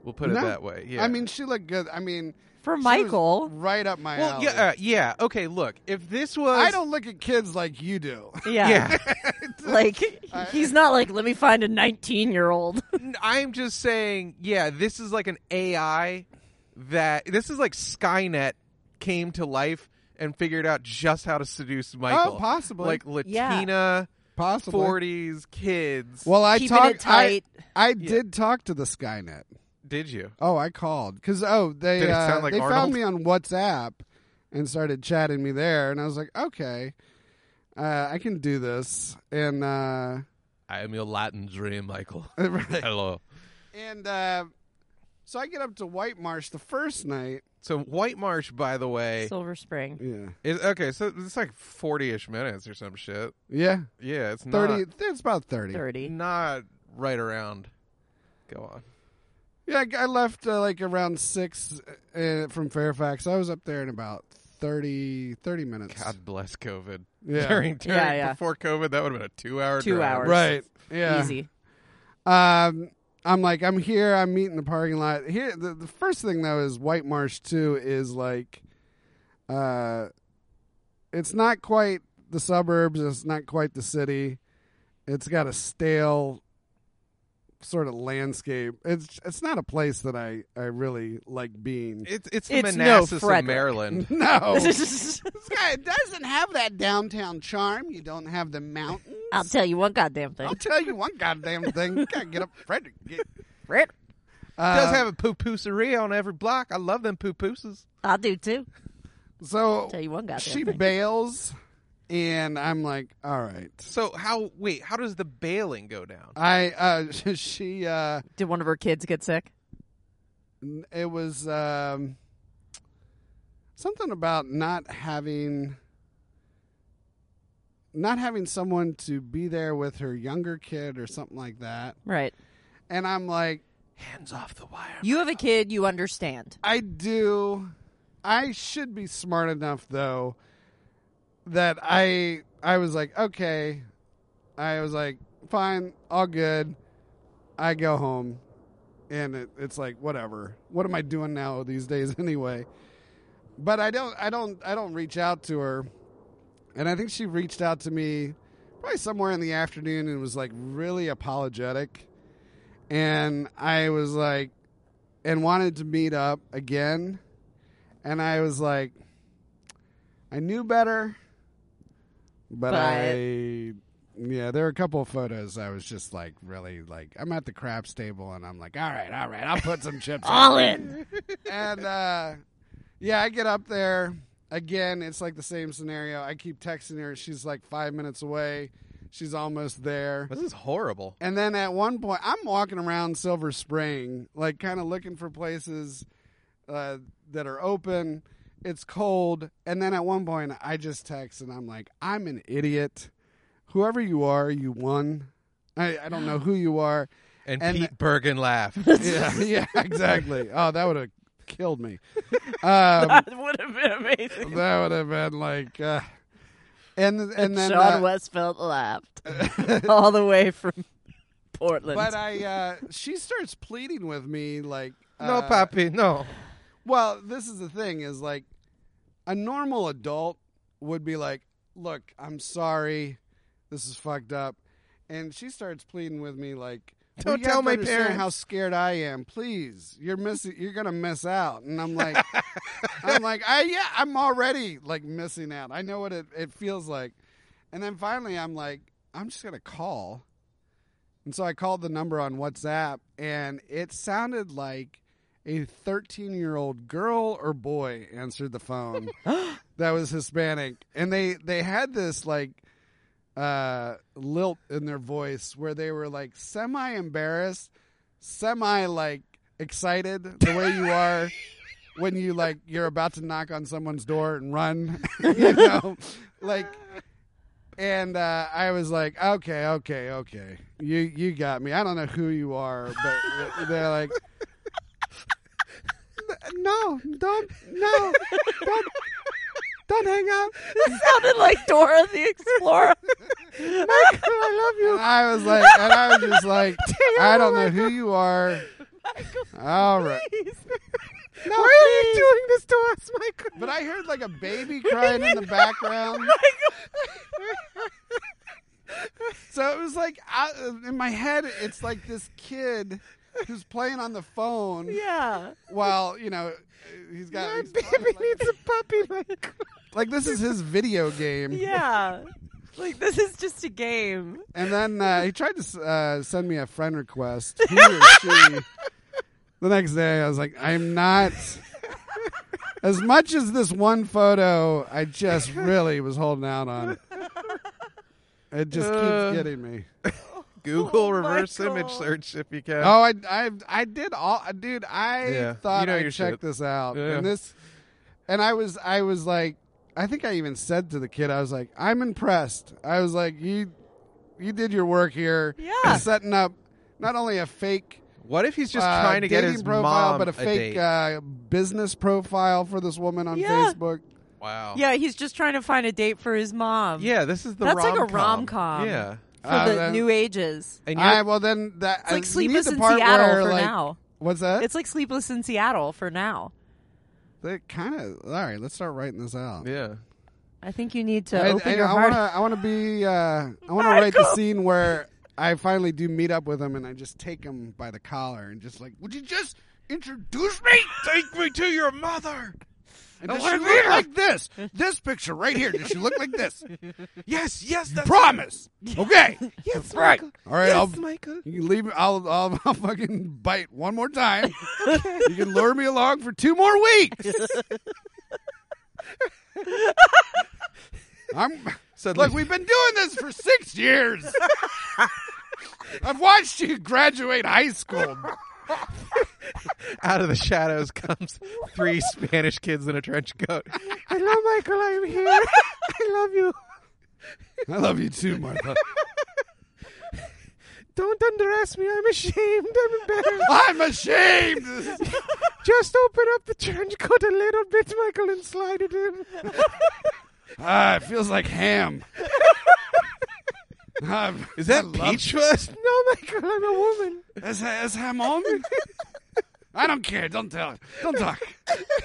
Speaker 1: We'll put it
Speaker 2: No.
Speaker 1: that way. Yeah.
Speaker 2: I mean, she looked good. I mean, she
Speaker 4: For
Speaker 2: was
Speaker 4: Michael,
Speaker 2: right up my
Speaker 1: well,
Speaker 2: alley.
Speaker 1: yeah, uh, yeah. Okay, look, if this was,
Speaker 2: I don't look at kids like you do. Oh,
Speaker 4: yeah.
Speaker 1: Yeah,
Speaker 4: Like,
Speaker 2: I-
Speaker 4: he's not like, let me find a 19 year old.
Speaker 1: I'm just saying. Yeah, this is like an AI that this is like Skynet came to life and figured out just how to seduce Michael.
Speaker 2: Oh, possibly.
Speaker 1: Like Latina,
Speaker 2: possibly.
Speaker 1: 40s kids.
Speaker 2: Well, I
Speaker 4: Keeping
Speaker 2: talked.
Speaker 4: it tight.
Speaker 2: I, I did talk to the Skynet.
Speaker 1: did you?
Speaker 2: Oh, I called because oh they
Speaker 1: Did it
Speaker 2: uh,
Speaker 1: sound like
Speaker 2: they
Speaker 1: Arnold?
Speaker 2: found me on WhatsApp and started chatting me there, and I was like, okay, uh, I can do this, and uh,
Speaker 1: I am your Latin dream, Michael.
Speaker 2: right.
Speaker 1: Hello.
Speaker 2: and uh, So I get up to White Marsh the first night.
Speaker 1: So White Marsh, by the way,
Speaker 4: Silver Spring.
Speaker 2: Yeah.
Speaker 1: is okay. So it's like forty-ish minutes or some shit.
Speaker 2: Yeah.
Speaker 1: Yeah, it's not
Speaker 2: 30. It's about 30.
Speaker 4: 30.
Speaker 1: not right around. Go on.
Speaker 2: Yeah, I- I left uh, like around 6 uh, from Fairfax. I was up there in about 30, 30 minutes.
Speaker 1: God bless COVID.
Speaker 2: Yeah.
Speaker 1: During, during
Speaker 4: Yeah, yeah.
Speaker 1: before COVID, that would have been a two-hour
Speaker 4: Two
Speaker 1: drive.
Speaker 4: hours.
Speaker 2: Right. Yeah.
Speaker 4: Easy.
Speaker 2: Um, I'm like, I'm here. I'm meeting the parking lot. Here, the, the first thing though is White Marsh Two is like, uh, it's not quite the suburbs. It's not quite the city. It's got a stale sort of landscape. It's it's not a place that I I really like being.
Speaker 1: It's it's the
Speaker 4: It's no
Speaker 1: Manassas of
Speaker 4: Frederick.
Speaker 1: Maryland.
Speaker 2: no, Yeah, it doesn't have that downtown charm. You don't have the mountains.
Speaker 4: I'll tell you one goddamn thing.
Speaker 2: I'll tell you one goddamn thing. You gotta get up, Frederick. Get,
Speaker 4: Fred,
Speaker 1: It does
Speaker 2: Uh,
Speaker 1: have a poo-pooseria on every block. I love them poo-pooses.
Speaker 4: I'll do too.
Speaker 2: so
Speaker 4: Tell you one goddamn
Speaker 2: she
Speaker 4: thing.
Speaker 2: bails, and I'm like, all right.
Speaker 1: So how? Wait, how does the bailing go down?
Speaker 2: I uh, she uh,
Speaker 4: Did one of her kids get sick?
Speaker 2: it was um, something about not having not having someone to be there with her younger kid or something like that.
Speaker 4: Right.
Speaker 2: And I'm like,
Speaker 1: Hands off the wire.
Speaker 4: You have a kid, you understand.
Speaker 2: I do. I should be smart enough though that I I was like, okay. I was like, fine, all good. I go home and it, it's like whatever. What am I doing now these days anyway? But I don't I don't I don't reach out to her. And I think she reached out to me probably somewhere in the afternoon and was like really apologetic. And I was like, and wanted to meet up again. And I was like, I knew better, but,
Speaker 4: But-
Speaker 2: I. Yeah, there were a couple of photos I was just like really like I'm at the craps table and I'm like, all right, all right, I'll put some chips
Speaker 4: All
Speaker 2: Um,
Speaker 4: in.
Speaker 2: and uh, yeah, I get up there again. It's like the same scenario. I keep texting her. She's like five minutes away. She's almost there.
Speaker 1: This is horrible.
Speaker 2: And then at one point, I'm walking around Silver Spring, like kind of looking for places uh, that are open. It's cold. And then at one point, I just text and I'm like, I'm an idiot. Whoever you are, you won. I, I don't know who you are.
Speaker 1: And,
Speaker 2: And-
Speaker 1: Pete Bergen laughed.
Speaker 2: Yeah, yeah, exactly. Oh, that would have killed me. Um,
Speaker 4: That would have been amazing.
Speaker 2: that would have been like uh, and and then
Speaker 4: Sean
Speaker 2: uh,
Speaker 4: Westfeld laughed all the way from Portland.
Speaker 2: but i uh she starts pleading with me like
Speaker 1: no,
Speaker 2: uh,
Speaker 1: Papi, no.
Speaker 2: well this is the thing is like a normal adult would be like look i'm sorry this is fucked up and she starts pleading with me like
Speaker 1: Don't
Speaker 2: "Well, you have
Speaker 1: tell
Speaker 2: to
Speaker 1: my
Speaker 2: understand
Speaker 1: parents."
Speaker 2: how scared i am please you're missing you're gonna miss out and i'm like i'm like i yeah i'm already like missing out i know what it, it feels like and then finally i'm like i'm just gonna call and so i called the number on whatsapp and it sounded like a 13 year old girl or boy answered the phone that was hispanic and they they had this like uh lilt in their voice where they were like semi embarrassed semi like excited the way you are when you like you're about to knock on someone's door and run you know like and uh, I was like, okay, okay, okay, you you got me. I don't know who you are, but they're like, no, don't, no, don't, don't hang up.
Speaker 4: it sounded like Dora the Explorer.
Speaker 2: I love you. And I was like, and I was just like, I
Speaker 1: oh
Speaker 2: don't know who you are. All right, no,
Speaker 1: Why are you doing this to us, Michael?
Speaker 2: but I heard like a baby crying in the background. So it was like I, in my head, it's like this kid who's playing on the phone
Speaker 4: yeah.
Speaker 2: while you know he's got he's
Speaker 1: Baby needs a puppy, Michael.
Speaker 2: like this is his video game.
Speaker 4: Yeah. Like this is just a game.
Speaker 2: And then uh, he tried to s- uh, send me a friend request. He or she. The next day, I was like, I'm not. As much as this one photo, I just really was holding out on. It just
Speaker 1: Uh.
Speaker 2: keeps getting me.
Speaker 1: Google
Speaker 4: Oh,
Speaker 1: reverse
Speaker 4: Michael.
Speaker 1: image search if you can.
Speaker 2: Oh, I, I, I did all, dude. I
Speaker 1: Yeah.
Speaker 2: thought
Speaker 1: You know
Speaker 2: I
Speaker 1: your
Speaker 2: checked
Speaker 1: shit.
Speaker 2: this out,
Speaker 1: Yeah.
Speaker 2: and this, and I was, I was like, I think I even said to the kid, I was like, I'm impressed. I was like, you, you did your work here,
Speaker 4: Yeah.
Speaker 2: setting up not only a fake
Speaker 1: What if he's just
Speaker 2: uh,
Speaker 1: trying to get
Speaker 2: dating
Speaker 1: his
Speaker 2: profile,
Speaker 1: mom
Speaker 2: but a fake
Speaker 1: date?
Speaker 2: uh, business profile for this woman on
Speaker 4: Yeah.
Speaker 2: Facebook.
Speaker 1: wow.
Speaker 4: Yeah, he's just trying to find a date for his mom.
Speaker 1: Yeah, this is the
Speaker 4: That's like a
Speaker 1: rom-com.
Speaker 4: rom-com.
Speaker 1: Yeah.
Speaker 4: For
Speaker 2: Uh,
Speaker 4: the
Speaker 2: that-
Speaker 4: new ages.
Speaker 1: And you're,
Speaker 2: I, well, then that
Speaker 4: It's
Speaker 2: uh,
Speaker 4: like
Speaker 2: you need
Speaker 4: Sleepless
Speaker 2: the
Speaker 4: in
Speaker 2: part
Speaker 4: Seattle
Speaker 2: where,
Speaker 4: for
Speaker 2: like,
Speaker 4: now.
Speaker 2: What's that?
Speaker 4: It's like Sleepless in Seattle for now.
Speaker 2: They kind of all right. Let's start writing this out.
Speaker 1: yeah.
Speaker 4: I think you need to
Speaker 2: I,
Speaker 4: open
Speaker 2: I-
Speaker 4: your
Speaker 2: I
Speaker 4: heart.
Speaker 2: wanna, I wanna be. Uh, I wanna write the
Speaker 4: Michael.
Speaker 2: scene where I finally do meet up with him, and I just take him by the collar and just like, would you just introduce me?
Speaker 1: Take me to your mother.
Speaker 2: And
Speaker 1: I
Speaker 2: does
Speaker 1: wanna
Speaker 2: she
Speaker 1: meet
Speaker 2: look
Speaker 1: her.
Speaker 2: like this? This picture right here. Does she look like this?
Speaker 1: Yes, yes, that's
Speaker 2: Promise. Okay.
Speaker 1: Yes,
Speaker 2: Right.
Speaker 1: Michael.
Speaker 2: All right.
Speaker 1: Yes,
Speaker 2: I'll,
Speaker 1: Michael.
Speaker 2: you can leave. I'll, I'll, I'll fucking bite one more time. You can lure me along for two more weeks. I'm.
Speaker 1: Suddenly,
Speaker 2: Look, we've been doing this for six years. I've watched you graduate high school.
Speaker 1: out of the shadows comes three Spanish kids in a trench coat. Hello, Michael. I'm here. I love you.
Speaker 2: I love you too, Martha.
Speaker 1: Don't undress me. I'm ashamed. I'm embarrassed.
Speaker 2: I'm ashamed. This is-
Speaker 1: Just open up the trench coat a little bit, Michael, and slide it in.
Speaker 2: Ah, it feels like ham. Ah,
Speaker 1: Is
Speaker 2: I
Speaker 1: that
Speaker 2: love-
Speaker 1: peach fuzz? No, Michael, I'm a woman.
Speaker 2: Is, that- is ham on? I don't care. Don't tell her. Don't talk.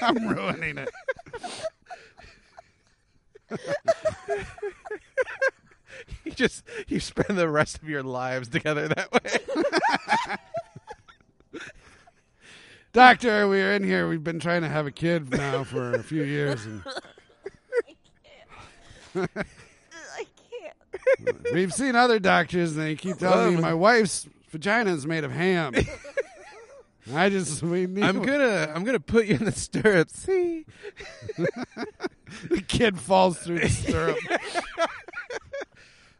Speaker 2: I'm ruining it.
Speaker 1: You just you spend the rest of your lives together that way.
Speaker 2: Doctor, we are in here. We've been trying to have a kid now for a few years, and
Speaker 4: I can't.
Speaker 2: we've seen other doctors, and they keep telling me my wife's vagina is made of ham. I just we need
Speaker 1: I'm gonna I'm gonna put you in the stirrups. See,
Speaker 2: the kid falls through the stirrup.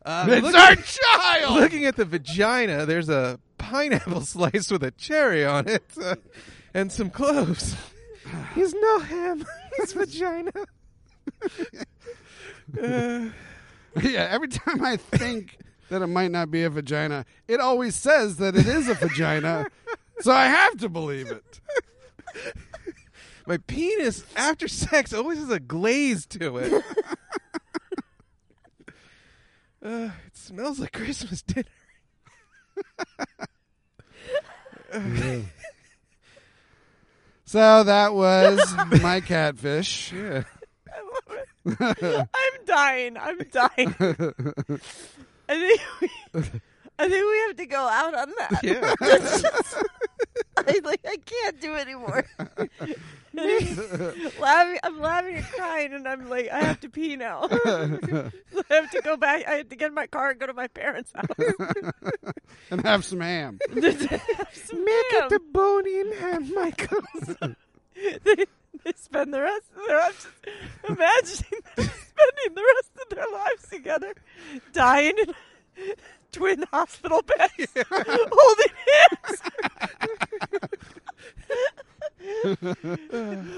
Speaker 1: uh,
Speaker 2: it's
Speaker 1: look-
Speaker 2: our child.
Speaker 1: looking at the vagina, there's a pineapple slice with a cherry on it, uh, and some cloves. He's no ham. He's vagina. Uh,
Speaker 2: yeah, every time I think that it might not be a vagina, it always says that it is a vagina, so I have to believe it.
Speaker 1: my penis after sex always has a glaze to it. Uh, it smells like Christmas dinner.
Speaker 2: So that was my catfish.
Speaker 1: Yeah.
Speaker 4: I'm dying. I'm dying. I think we, I think we have to go out on that.
Speaker 1: Yeah.
Speaker 4: I, like, I can't do anymore. laughing, I'm laughing and crying, and I'm like, I have to pee now. I have to go back. I have to get in my car and go to my parents' house.
Speaker 2: and have some ham.
Speaker 4: Make
Speaker 1: Get the bone in hand, Michael.
Speaker 4: they, they spend the rest of their lives just imagining them spending the rest of their lives together, dying in twin hospital beds, holding hands.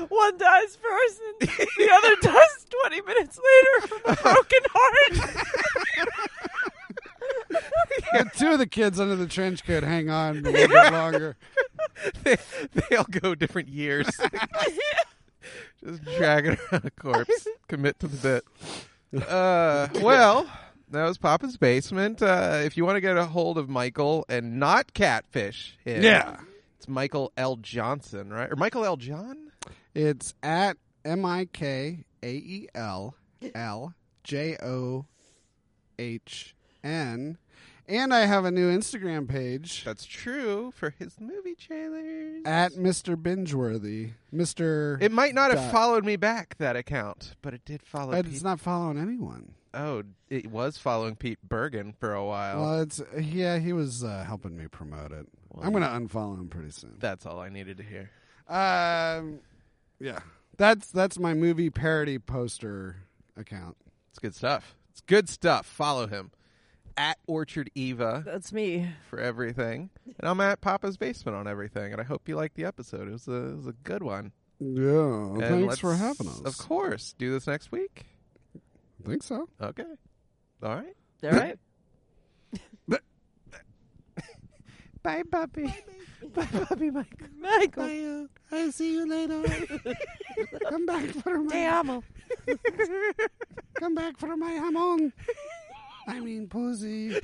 Speaker 4: One dies first, and the other dies 20 minutes later from a broken heart.
Speaker 2: The two of the kids under the trench coat hang on a little bit longer.
Speaker 1: they, they all go different years. Just dragging around a corpse. Commit to the bit. Uh, well, that was Papa's Basement. Uh, if you want to get a hold of Michael and not catfish him,
Speaker 2: Yeah.
Speaker 1: it's Michael L. Johnson, right? Or Michael L. John?
Speaker 2: It's at M I K A E L L J O H N. And I have a new Instagram page
Speaker 1: That's true for his movie trailers.
Speaker 2: at Mr. Bingeworthy. Mr.
Speaker 1: it might not have
Speaker 2: Dot.
Speaker 1: followed me back that account, but it did follow.
Speaker 2: But
Speaker 1: Pete.
Speaker 2: it's not following anyone.
Speaker 1: oh, it was following Pete Bergen for a while.
Speaker 2: Well, it's yeah, he was uh, helping me promote it. I'm going to unfollow him pretty soon.
Speaker 1: That's all I needed to hear.
Speaker 2: Um, yeah, that's that's my movie parody poster account.
Speaker 1: It's good stuff. It's good stuff. Follow him at Orchard Eva
Speaker 4: That's me.
Speaker 1: for everything, and I'm at Papa's Basement on everything. And I hope you liked the episode. It was a, it was a good one.
Speaker 2: Yeah.
Speaker 1: And
Speaker 2: Thanks
Speaker 1: let's,
Speaker 2: for having us.
Speaker 1: Of course, do this next week.
Speaker 2: I think so.
Speaker 1: Okay, all right.
Speaker 4: All right.
Speaker 1: Bye, puppy. Bye, puppy, Michael.
Speaker 4: Michael.
Speaker 2: I'll see you later. Come back for my
Speaker 4: amo.
Speaker 2: Come back for my hamon. I mean pussy.